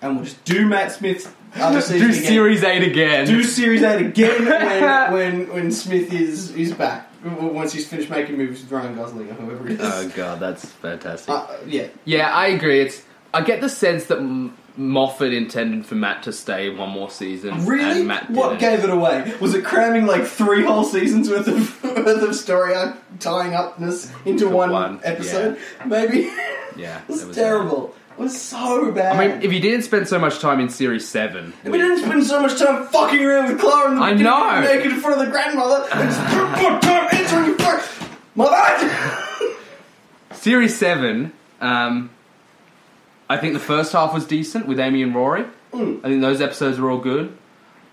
and we'll just do Matt Smith's other season do again. series eight again. do series eight again when, when when Smith is is back w- w- once he's finished making movies with Ryan Gosling or whoever it is. oh god, that's fantastic. Uh, yeah, Yeah, I agree. It's I get the sense that M- Moffat intended for Matt to stay one more season. really. And Matt what didn't. gave it away was it cramming like three whole seasons worth of worth of story arc tying upness into Into one, one, episode? Maybe Yeah, it was that was uh, terrible. It was so bad. bad. I mean, if you didn't spend so much time in series seven, We with- didn't spend so much time fucking around with Clara and the I beginning, know. naked in front of the grandmother and just boom, boom, boom, answering your first mother. series seven, um, I think the first half was decent with Amy and Rory. Mm. I think those episodes were all good.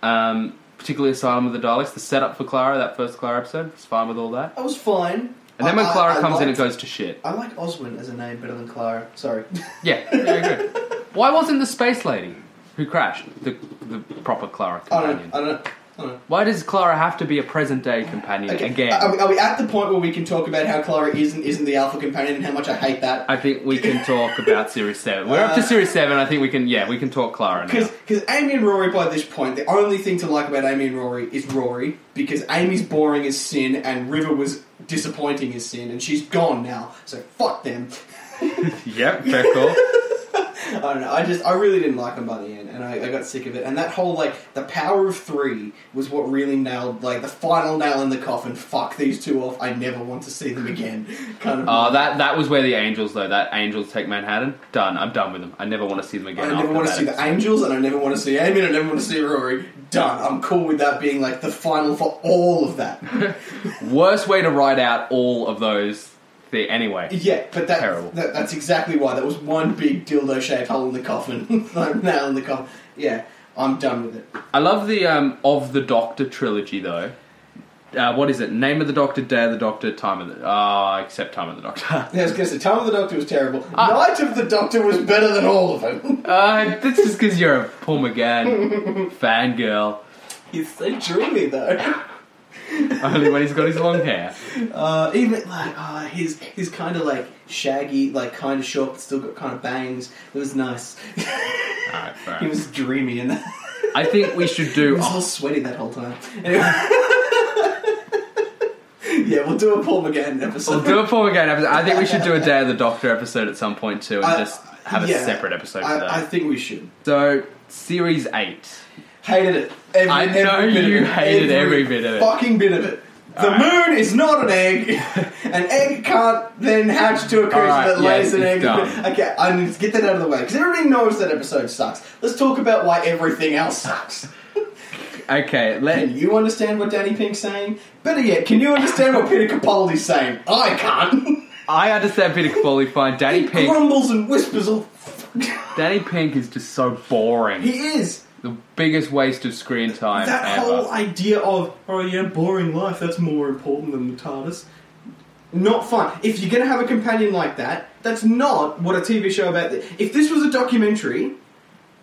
Um, particularly Asylum of the Daleks, the setup for Clara, that first Clara episode, was fine with all that. I was fine. And then when I- Clara I- I comes in, it liked- goes to shit. I like Oswin as a name better than Clara. Sorry. Yeah, yeah, I agree. Why wasn't the space lady who crashed the, the proper Clara I companion? don't know. I don't know. I don't know. Why does Clara have to be a present day companion Okay. again? Are, we, are we at the point where we can talk about how Clara isn't isn't the alpha companion and how much I hate that? I think we can talk about Series 7. We're up to Uh, Series 7, I think we can, yeah, we can talk Clara now. Because Amy and Rory, by this point, the only thing to like about Amy and Rory is Rory, because Amy's boring as sin and River was disappointing as sin, and she's gone now, so fuck them. Yep, fair call. I don't know, I just, I really didn't like them by the end, and I, I got sick of it. And that whole, like, the power of three was what really nailed, like, the final nail in the coffin fuck these two off, I never want to see them again kind of. Oh, that, that was where the Angels, though, that Angels take Manhattan. Done. I'm done with them. I never want to see them I again. never after want to that see the episode. Angels, and I never want to see Amy, and I never want to see Rory. Done. I'm cool with that being like the final for all of that. Worst way to write out all of those. The, anyway, Yeah, but that, Terrible. that that's exactly why that was one big dildo shaped hole in the coffin, like nail in the coffin. Yeah, I'm done with it. I love the um, of the Doctor trilogy though. Uh, what is it? Name of the Doctor, Day of the Doctor, Time of the Ah, except Time of the Doctor. Yeah, I was going to say, Time of the Doctor was terrible. Night of the Doctor was better than all of them. Uh, this is because you're a Paul McGann fangirl. He's so dreamy though. Only when he's got his long hair. Uh, even like uh, his his kind of like shaggy, like kind of short, but still got kind of bangs. It was nice. Alright, fair he enough. was dreamy in that. I think we should He do. was all Oh, sweaty that whole time. Anyway. yeah, we'll do a Paul McGann episode. we'll do a Paul McGann episode. I think we should do a Day of the Doctor episode at some point too, and I- just have a Yeah. separate episode for that. I, I think we should. so series eight. Hated it. Every, I every know bit of you it. hated every bit of it. Fucking bit of it. The Alright. moon is not an egg. an egg can't then hatch to a creature Alright, that lays yes, an it's egg. done. Okay, I need to get that out of the way because everybody knows that episode sucks. Let's talk about why everything else sucks. Okay, let Can you understand what Danny Pink's saying? Better yet, can you understand what Peter Capaldi's saying? I can't. I understand Peter Capaldi fine. Danny he Pink, grumbles and whispers all. Danny Pink is just so boring. he is. The biggest waste of screen time That ever. whole idea of, oh yeah, boring life, that's more important than the TARDIS. Not fun. If you're going to have a companion like that, that's not what a TV show about. The- if this was a documentary,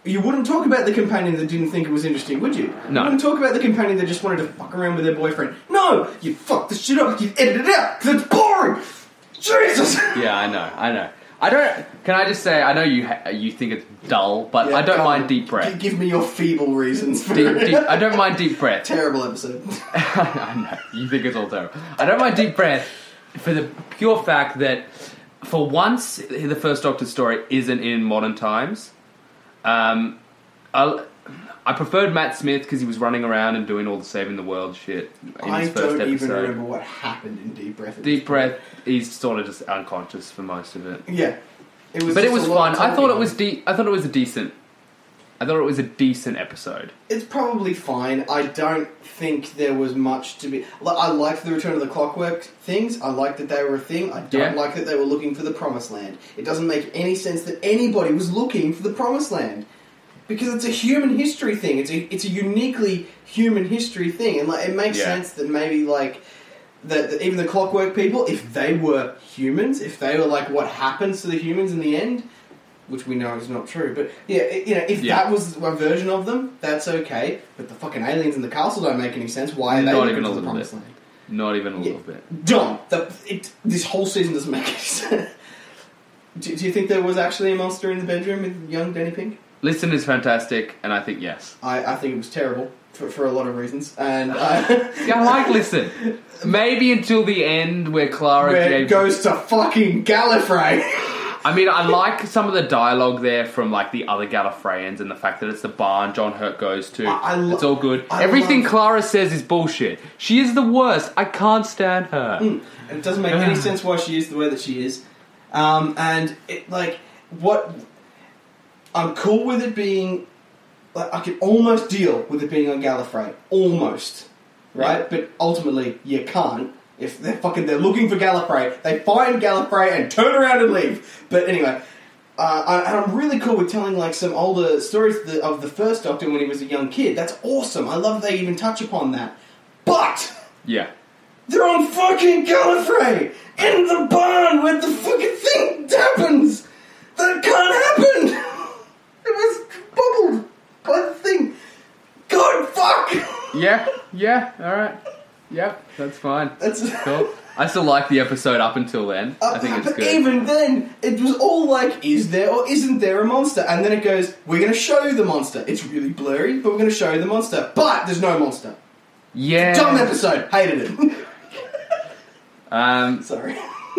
you wouldn't talk about the companion that didn't think it was interesting, would you? No. You wouldn't talk about the companion that just wanted to fuck around with their boyfriend. No! You fucked the shit up, you edited it out, 'cause it's boring! Jesus! yeah, I know, I know. I don't. Can I just say I know you ha- you think it's dull, but Yeah, I don't go mind on. deep breath. G- Give me your feeble reasons for Deep, it. deep, I don't mind deep breath. Terrible episode. I know you think it's all terrible. I don't mind deep breath for the pure fact that for once the first Doctor's story isn't in modern times. Um, I, I preferred Matt Smith because he was running around and doing all the saving the world shit in I his first don't episode. even remember what happened in Deep Breath. at this Deep breath. He's sort of just unconscious for most of it. Yeah, it was. but it just was a lot fun. of I thought it was talking. de- I thought it was a decent. I thought it was a decent episode. It's probably fine. I don't think there was much to be. Like, I liked the Return of the Clockwork things. I liked that they were a thing. I don't Yeah. like that they were looking for the Promised Land. It doesn't make any sense that anybody was looking for the Promised Land. Because it's a human history thing. It's a it's a uniquely human history thing, and like it makes Yeah. sense that maybe like that that even the clockwork people, if they were humans, if they were like what happens to the humans in the end, which we know is not true, but yeah, i- you know, if Yeah. that was a version of them, that's okay. But the fucking aliens in the castle don't make any sense. Why are they Not not even even to a the little promised bit. land? Not even a little bit. Dumb. The, it, this whole season doesn't make any sense. do, do you think there was actually a monster in the bedroom with young Danny Pink? Listen is fantastic, and I think yes. I, I think it was terrible for, for a lot of reasons, and uh, Yeah, I like listen. Maybe until the end where Clara where it gave. goes to fucking Gallifrey. I mean, I like some of the dialogue there from like the other Gallifreyans and the fact that it's the barn John Hurt goes to. I- I lo- it's all good. I Everything love- Clara says is bullshit. She is the worst. I can't stand her. And it doesn't make any sense why she is the way that she is. Um, and it like what I'm cool with it being like I can almost deal with it being on Gallifrey, almost, right? But ultimately, you can't. If they're fucking, they're looking for Gallifrey. They find Gallifrey and turn around and leave. But anyway, uh, I, and I'm really cool with telling like some older stories of the, of the first Doctor when he was a young kid. That's awesome. I love they even touch upon that. But Yeah. they're on fucking Gallifrey! In the barn where the fucking thing happens! That can't happen! It was bubbled by the thing! God fuck! Yeah. Yeah. All right. Yep. That's fine. That's. Cool. I still like the episode up until then. I think it's but good. even then, it was all like, is there or isn't there a monster? And then it goes, we're gonna show you the monster. It's really blurry, but we're gonna show you the monster. But there's no monster. yeah. Dumb episode, hated it. Um, Sorry.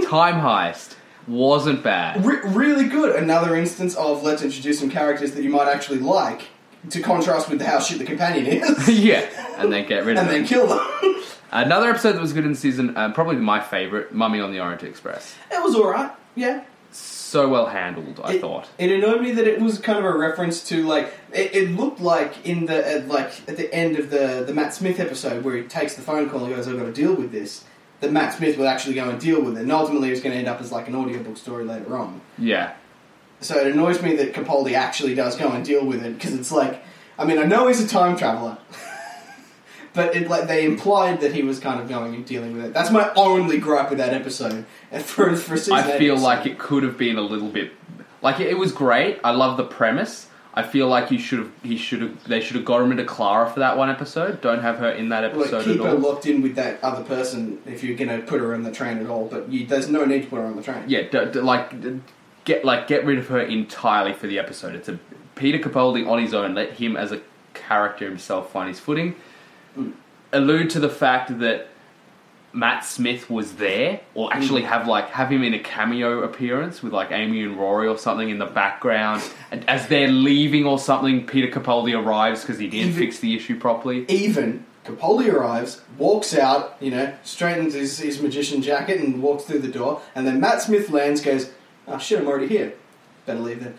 time heist wasn't bad. Re- really good. Another instance of let's introduce some characters that you might actually like to contrast with how shit the companion is, yeah. And then get rid of and then them. kill them. Another episode that was good in season, uh, probably my favorite, Mummy on the Orient Express. it was all right. Yeah, So well handled, I it, thought. It annoyed me that it was kind of a reference to like it, it looked like in the at like at the end of the the Matt Smith episode where he takes the phone call and goes, "I've got to deal with this." That Matt Smith would actually go and deal with it, and ultimately it was going to end up as like an audiobook story later on. Yeah. So it annoys me that Capaldi actually does go and deal with it because it's like, I mean, I know he's a time traveler, but it like they implied that he was kind of going and dealing with it. That's my only gripe with that episode. And for for season, I eight feel episode- like it could have been a little bit like it, it was great. I love the premise. I feel like you should have he should have they should have got him into Clara for that one episode. Don't have her in that Like, episode keep at her all. locked in with that other person if you're going to put her on the train at all. But you, there's no need to put her on the train. yeah, d- d- like d- get like get rid of her entirely for the episode. It's a Peter Capaldi on his own. Let him as a character himself find his footing. Allude to the fact that Matt Smith was there, or actually have like have him in a cameo appearance with like Amy and Rory or something in the background, and as they're leaving or something, Peter Capaldi arrives because he didn't Even- fix the issue properly. Even Capaldi arrives, walks out, you know, straightens his, his magician jacket and walks through the door, and then Matt Smith lands, goes, "Oh shit, I'm already here. Better leave then."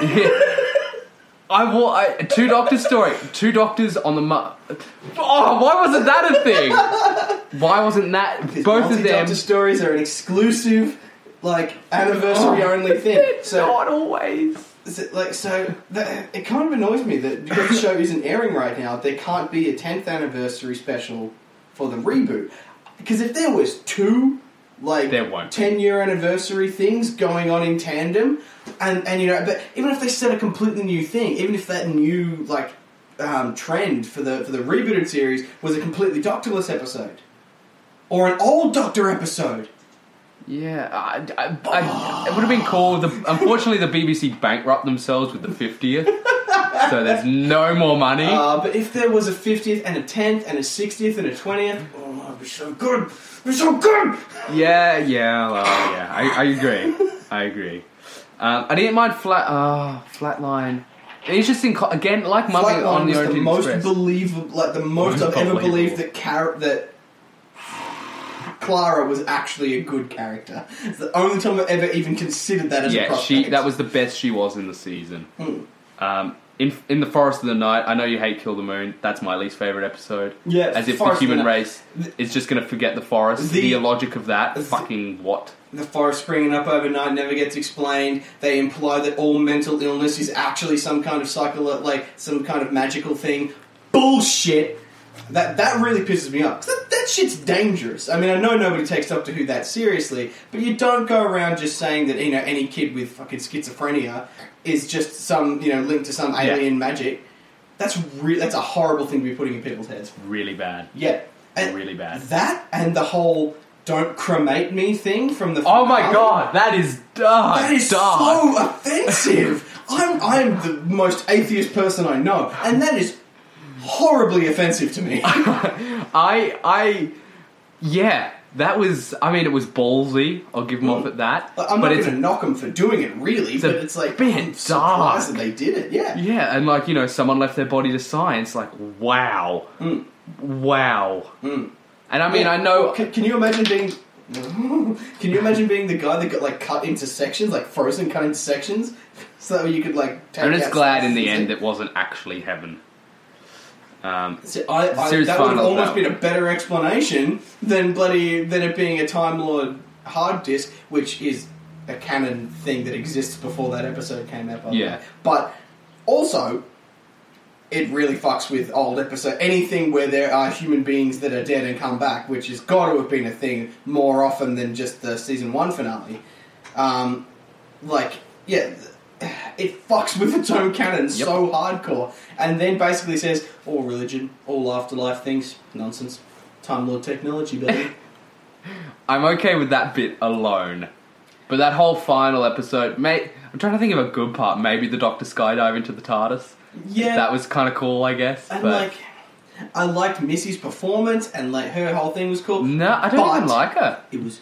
I will. I, two doctors story. Two doctors on the. Mu- oh, why wasn't that a thing? Why wasn't that His both of them? multi-doctor stories are an exclusive, like anniversary only thing. So not always. Is it, like so that, it kind of annoys me that because the show isn't airing right now there can't be a 10th anniversary special for the reboot because if there was two like There won't be. 10 year anniversary things going on in tandem and and you know but even if they set a completely new thing even if that new like um, trend for the for the rebooted series was a completely doctorless episode or an old doctor episode Yeah, I, I, I- it would have been cool. The, unfortunately, the BBC bankrupt themselves with the 50th, so there's no more money. Uh, but if there was a 50th and a 10th and a 60th and a 20th, oh, it'd be so good. It'd be so good. yeah, yeah, well, yeah. I, I agree. I agree. Um, I didn't mind flat. Uh, flatline. Interesting. Co- again, like Mummy Flatline on the was the Orient most Express. believable, like the most I've ever Unbelievable. believed that Car- that Clara was actually a good character. It's the only time I've ever even considered that as a yeah, prospect. Hmm. she. That was the best she was in the season. Um, in in the Forest of the Night. I know you hate Kill the Moon. That's my least favorite episode. Yeah, As if Forest the of the human Night. race is just going to forget the forest. The- The, logic of that, The- fucking what? the forest springing up overnight never gets explained. They imply that all mental illness is actually some kind of psycho, like some kind of magical thing. Bullshit. That that really pisses me off. 'Cause That, that shit's dangerous. I mean, I know nobody takes Doctor Who that seriously, but you don't go around just saying that you know any kid with fucking schizophrenia is just some you know linked to some Yeah. alien magic. That's re- that's a horrible thing to be putting in people's heads. Really bad. Yeah, and Really bad. That and the whole "don't cremate me" thing from the Oh my finale. god, that is dark. That is dark. so offensive. I'm I'm the most atheist person I know, and that is horribly offensive to me. I I yeah, that was I mean it was ballsy. I'll give Moffat that. Hmm. I'm but not it's going to knock them for doing it, really, a but it's like bit I'm surprised dark. that they did it. Yeah, yeah, and like you know, someone left their body to science. Like wow, Mm. wow. And I mean, I know. Can, can you imagine being? Can you imagine being the guy that got like cut into sections, like frozen cut into sections, so that way you could like? Take I'm just out glad in the slices end and- it wasn't actually heaven. Um, See, I, I, Series that would have final almost battle. been a better explanation than bloody than it being a Time Lord hard disk, which is a canon thing that exists before that episode came out. By the Yeah. way. but also it really fucks with old episode anything where there are human beings that are dead and come back, which has got to have been a thing more often than just the season one finale. Um, like yeah th- it fucks with its own canon so hardcore and then basically says all religion all afterlife things nonsense time lord technology baby I'm okay with that bit alone, but that whole final episode, mate. I'm trying to think of a good part. Maybe the Doctor skydive into the TARDIS. yeah That was kind of cool, I guess. and but like i liked missy's performance and like her whole thing was cool no, I don't but even like her. it was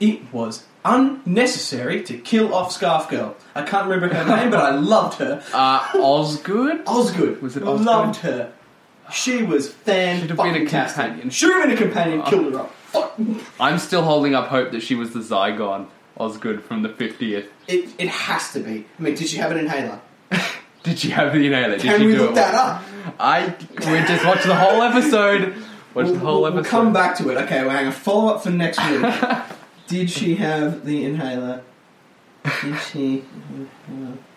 it was unnecessary to kill off scarf girl i can't remember her name but i loved her Uh, Osgood. Osgood. Was it Osgood? Loved her. She was fan. Should have been a companion. Uh, Should have been a companion. Killed her up. Fuck. I'm still holding up hope that she was the Zygon Osgood from the 50th. It, it has to be. I mean, did she have an inhaler? Did she have the inhaler? Did Can she we do look it? that up? I we just watch the whole episode. Watch We'll, the whole we'll- we'll episode. come back to it. Okay, well, hang on. Follow up for next week. did she have the inhaler? Did she?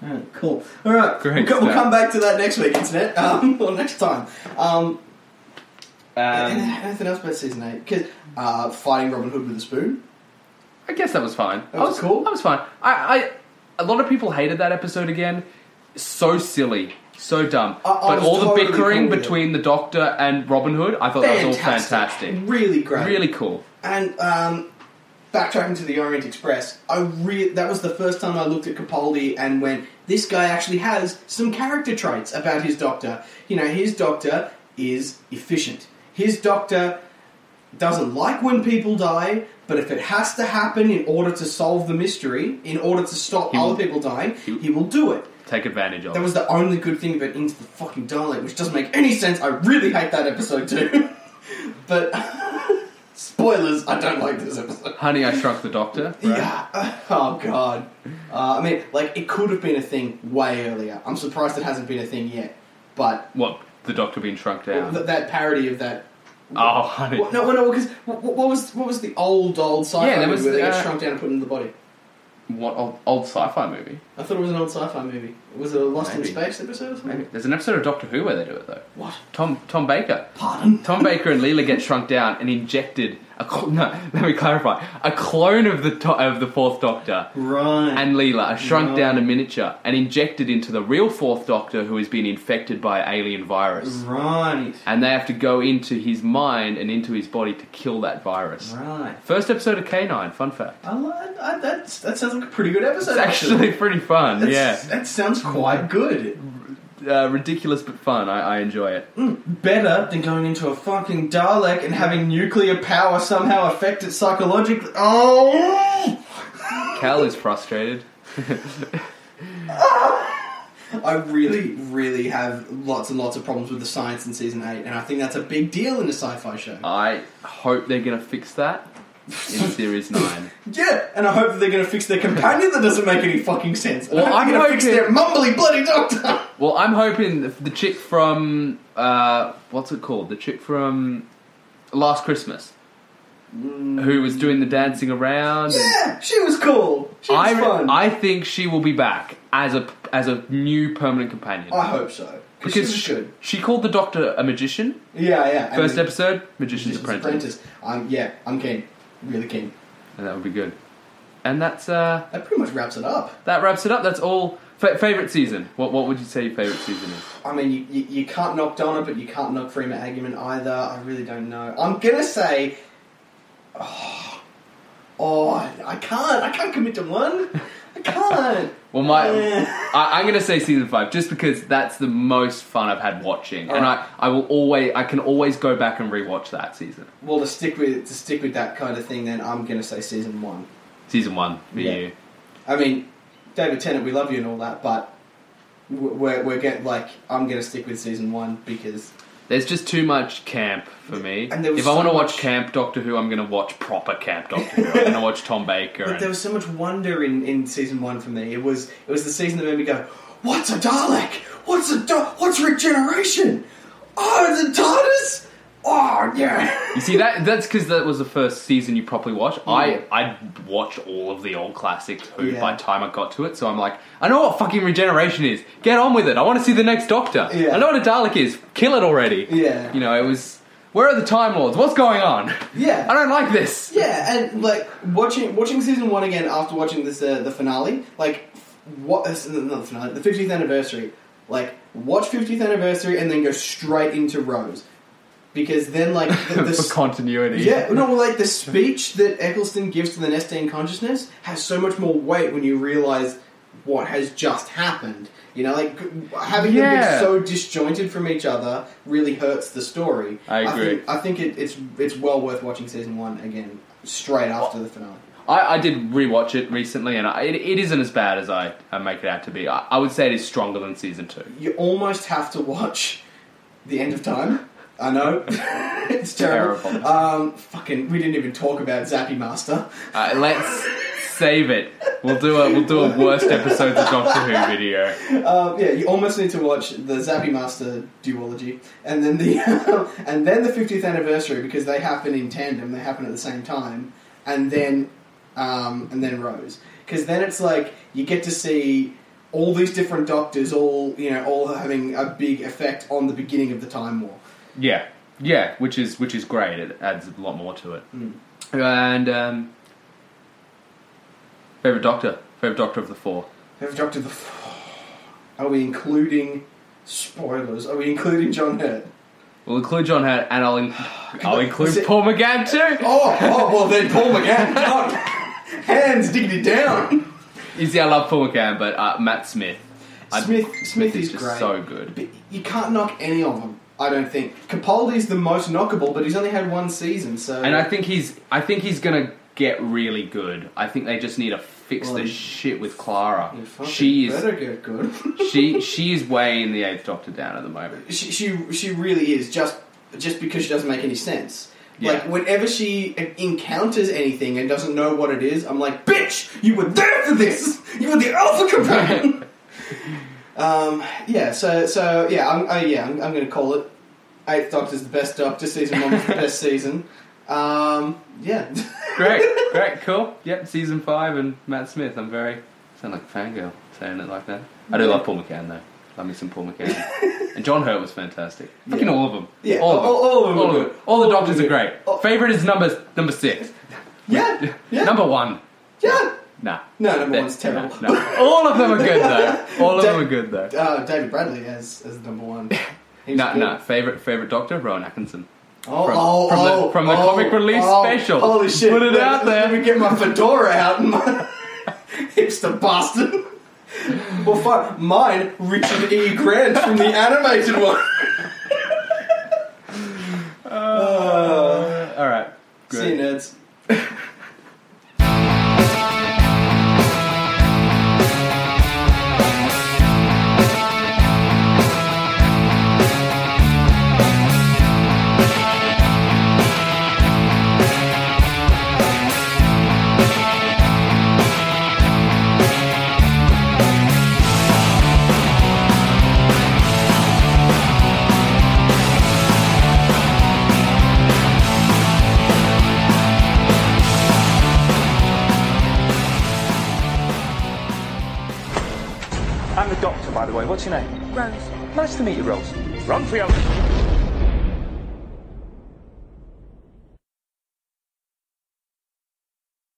Alright, cool. Alright, Great we'll, co- we'll stuff. come back to that next week, internet. Um, or next time. Um, Um, anything else about season 8? Because uh, fighting Robin Hood with a spoon? I guess that was fine. That I was cool. I was fine. I, I a lot of people hated that episode again. So silly. So dumb. I- I but was all the totally bickering cool with it. between the Doctor and Robin Hood, I thought that was all fantastic. Really great. Really cool. And um, backtracking to the Orient Express, I re- that was the first time I looked at Capaldi and went, this guy actually has some character traits about his doctor. You know, his doctor is efficient. His doctor doesn't like when people die, but if it has to happen in order to solve the mystery, in order to stop He will- other people dying, he- he will do it. Take advantage of. That was the only good thing about Into the Fucking Dalek, which doesn't make any sense. I really hate that episode too. but spoilers, I don't like this episode. Honey, I Shrunk the Doctor. right? Yeah. Oh god. Uh, I mean, like it could have been a thing way earlier. I'm surprised it hasn't been a thing yet. But What? The Doctor being shrunk down. th- that parody of that. oh, honey. What, no, no, because what, what was what was the old old sci-fi Yeah, there movie was, where they uh, get shrunk down and put in the body? What old, old sci-fi movie? I thought it was an old sci-fi movie. Was it a Lost Maybe. in Space episode or something? Maybe. There's an episode of Doctor Who where they do it though. What? Tom Tom Baker. Pardon? Tom Baker and Leela get shrunk down and injected a cl- no. Let me clarify. A clone of the to- of the Fourth Doctor Right. and Leela are shrunk No. down in miniature and injected into the real Fourth Doctor who has been infected by alien Mm. virus. right. And they have to go into his mind and into his body to kill that virus. Right. First episode of K9. Fun fact. I, li- I, that's, that sounds like a pretty good episode. It's actually pretty fun. That's- yeah. that sounds quite good. uh, ridiculous but fun. I, I enjoy it. Better than going into a fucking Dalek and having nuclear power somehow affect it psychologically. Oh, Cal is frustrated. I really, really have lots and lots of problems with the science in season eight, and I think that's a big deal in a sci-fi show. I hope they're going to fix that in series nine. Yeah, and I hope that they're going to fix their companion that doesn't make any fucking sense. And Well, I hope they're I'm going to fix hoping- their mumbly bloody doctor. Well, I'm hoping the, the chick from uh, what's it called? The chick from Last Christmas, who was doing the dancing around. and- Mm. Yeah, she was cool. She was I fun. I think she will be back as a as a new permanent companion I hope so. because she she, should. she called the Doctor a magician. Yeah, yeah. and First then episode, magician's, Magician's apprentice. Apprentice. Um, yeah, I'm keen. Really keen. and that would be good. And that's uh, That pretty much wraps it up. that wraps it up. That's all. Fa- favorite season? What what would you say your favorite season is? I mean, you, you, you can't knock Donna, but you can't knock Freeman Agumon either. I really don't know. I'm gonna say, oh, oh, I can't. I can't commit to one. I can't. Well, my Yeah. I, I'm going to say season five just because that's the most fun I've had watching, and I, I will always I can always go back and rewatch that season. Well, to stick with to stick with that kind of thing, then I'm gonna say season one. Season one for Yeah. you. I mean, David Tennant, we love you and all that, but w- we're we're getting like I'm gonna stick with season one because There's just too much camp for me. And there was if I want to so watch much- camp Doctor Who, I'm going to watch proper camp Doctor Who. I'm going to watch Tom Baker. But and- there was so much wonder in, in season one for me. It was it was the season that made me go, "What's a Dalek? What's a da- what's regeneration? Oh, the TARDIS! Oh yeah." You see that that's because that was the first season you properly watched. I I watched all of the old classics Who Yeah. by the time I got to it, so I'm like, I know what fucking regeneration is. Get on with it. I want to see the next Doctor. Yeah. I know what a Dalek is. Kill it already. Yeah. You know it was. Where are the Time Lords? What's going on? Yeah. I don't like this. Yeah, and like watching watching season one again after watching this uh, the finale, like what uh, not the finale, the fiftieth anniversary. Like watch fiftieth anniversary and then go straight into Rose, because then like the, the For continuity. Yeah, no, well, like the speech that Eccleston gives to the Nestane consciousness has so much more weight when you realize what has just happened. You know, like having Yeah. them be so disjointed from each other really hurts the story. I agree. think, I think it, it's it's well worth watching season one again straight after the finale. I, I did rewatch it recently, and I, it, it isn't as bad as I, I make it out to be. I, I would say it is stronger than season two. You almost have to watch the end of time. I know it's terrible. Terrible. Um, fucking, we didn't even talk about Zappy Master. Uh, let's save it. We'll do a we'll do a worst episodes of Doctor Who video. Um, yeah, you almost need to watch the Zappy Master duology, and then the and then the fiftieth anniversary because they happen in tandem. They happen at the same time, and then um, and then Rose because then it's like you get to see all these different doctors, all you know, all having a big effect on the beginning of the Time War. Yeah, yeah, which is which is great. It adds a lot more to it. Mm. And um, favorite Doctor, favorite Doctor of the four. Have Doctor the. Are we including spoilers? Are we including John Hurt? We'll include John Hurt, and I'll in- I'll is include it- Paul McGann too. Oh, oh well, then Paul McGann. God. Hands diggity down. You see, I love Paul McGann, but uh, Matt Smith. I- Smith- Smith is just great. so good. But you can't knock any of them. I don't think Capaldi's the most knockable, but he's only had one season, so And I think he's I think he's gonna get really good. I think they just need to fix Well, the he- shit with Clara. You fucking She is better get good. she she is weighing the Eighth Doctor down at the moment. she, she she really is just just because she doesn't make any sense. Yeah. Like whenever she encounters anything and doesn't know what it is, I'm like, bitch, you were there for this. You were the alpha companion. um, yeah. So so yeah. I'm uh, yeah. I'm, I'm going to call it. Eighth Doctor's the best Doctor. Season one was the best season. Um, yeah. Great, great, cool. Yep, season five and Matt Smith. I'm very sound like a fangirl saying it like that. I do love Paul McCann though. Love me some Paul McCann. and John Hurt was fantastic. Fucking all of them. Yeah, all of them. all- all of them All, were of good. them. all the All of doctors them are were great. good. Oh. Favorite is number number six. yeah. Yeah. Number one. yeah. Nah. No, number That- one's terrible. no, no. All of them are good though. All of them are good though. Uh, David Bradley as as number one. He was No, good. no. Favorite favorite Doctor Rowan Atkinson. Oh, From- oh, from the- oh, from the oh, comic release oh, special. Holy shit! Put it Let- out Let there. me get my fedora out and my hipster bastard. well, fine. Mine, Richard E. Grant from the animated one. Uh, All right. see you, Good. nerds. I'm the doctor, by the way. What's your name? Rose. Nice to meet you, Rose. Run for your...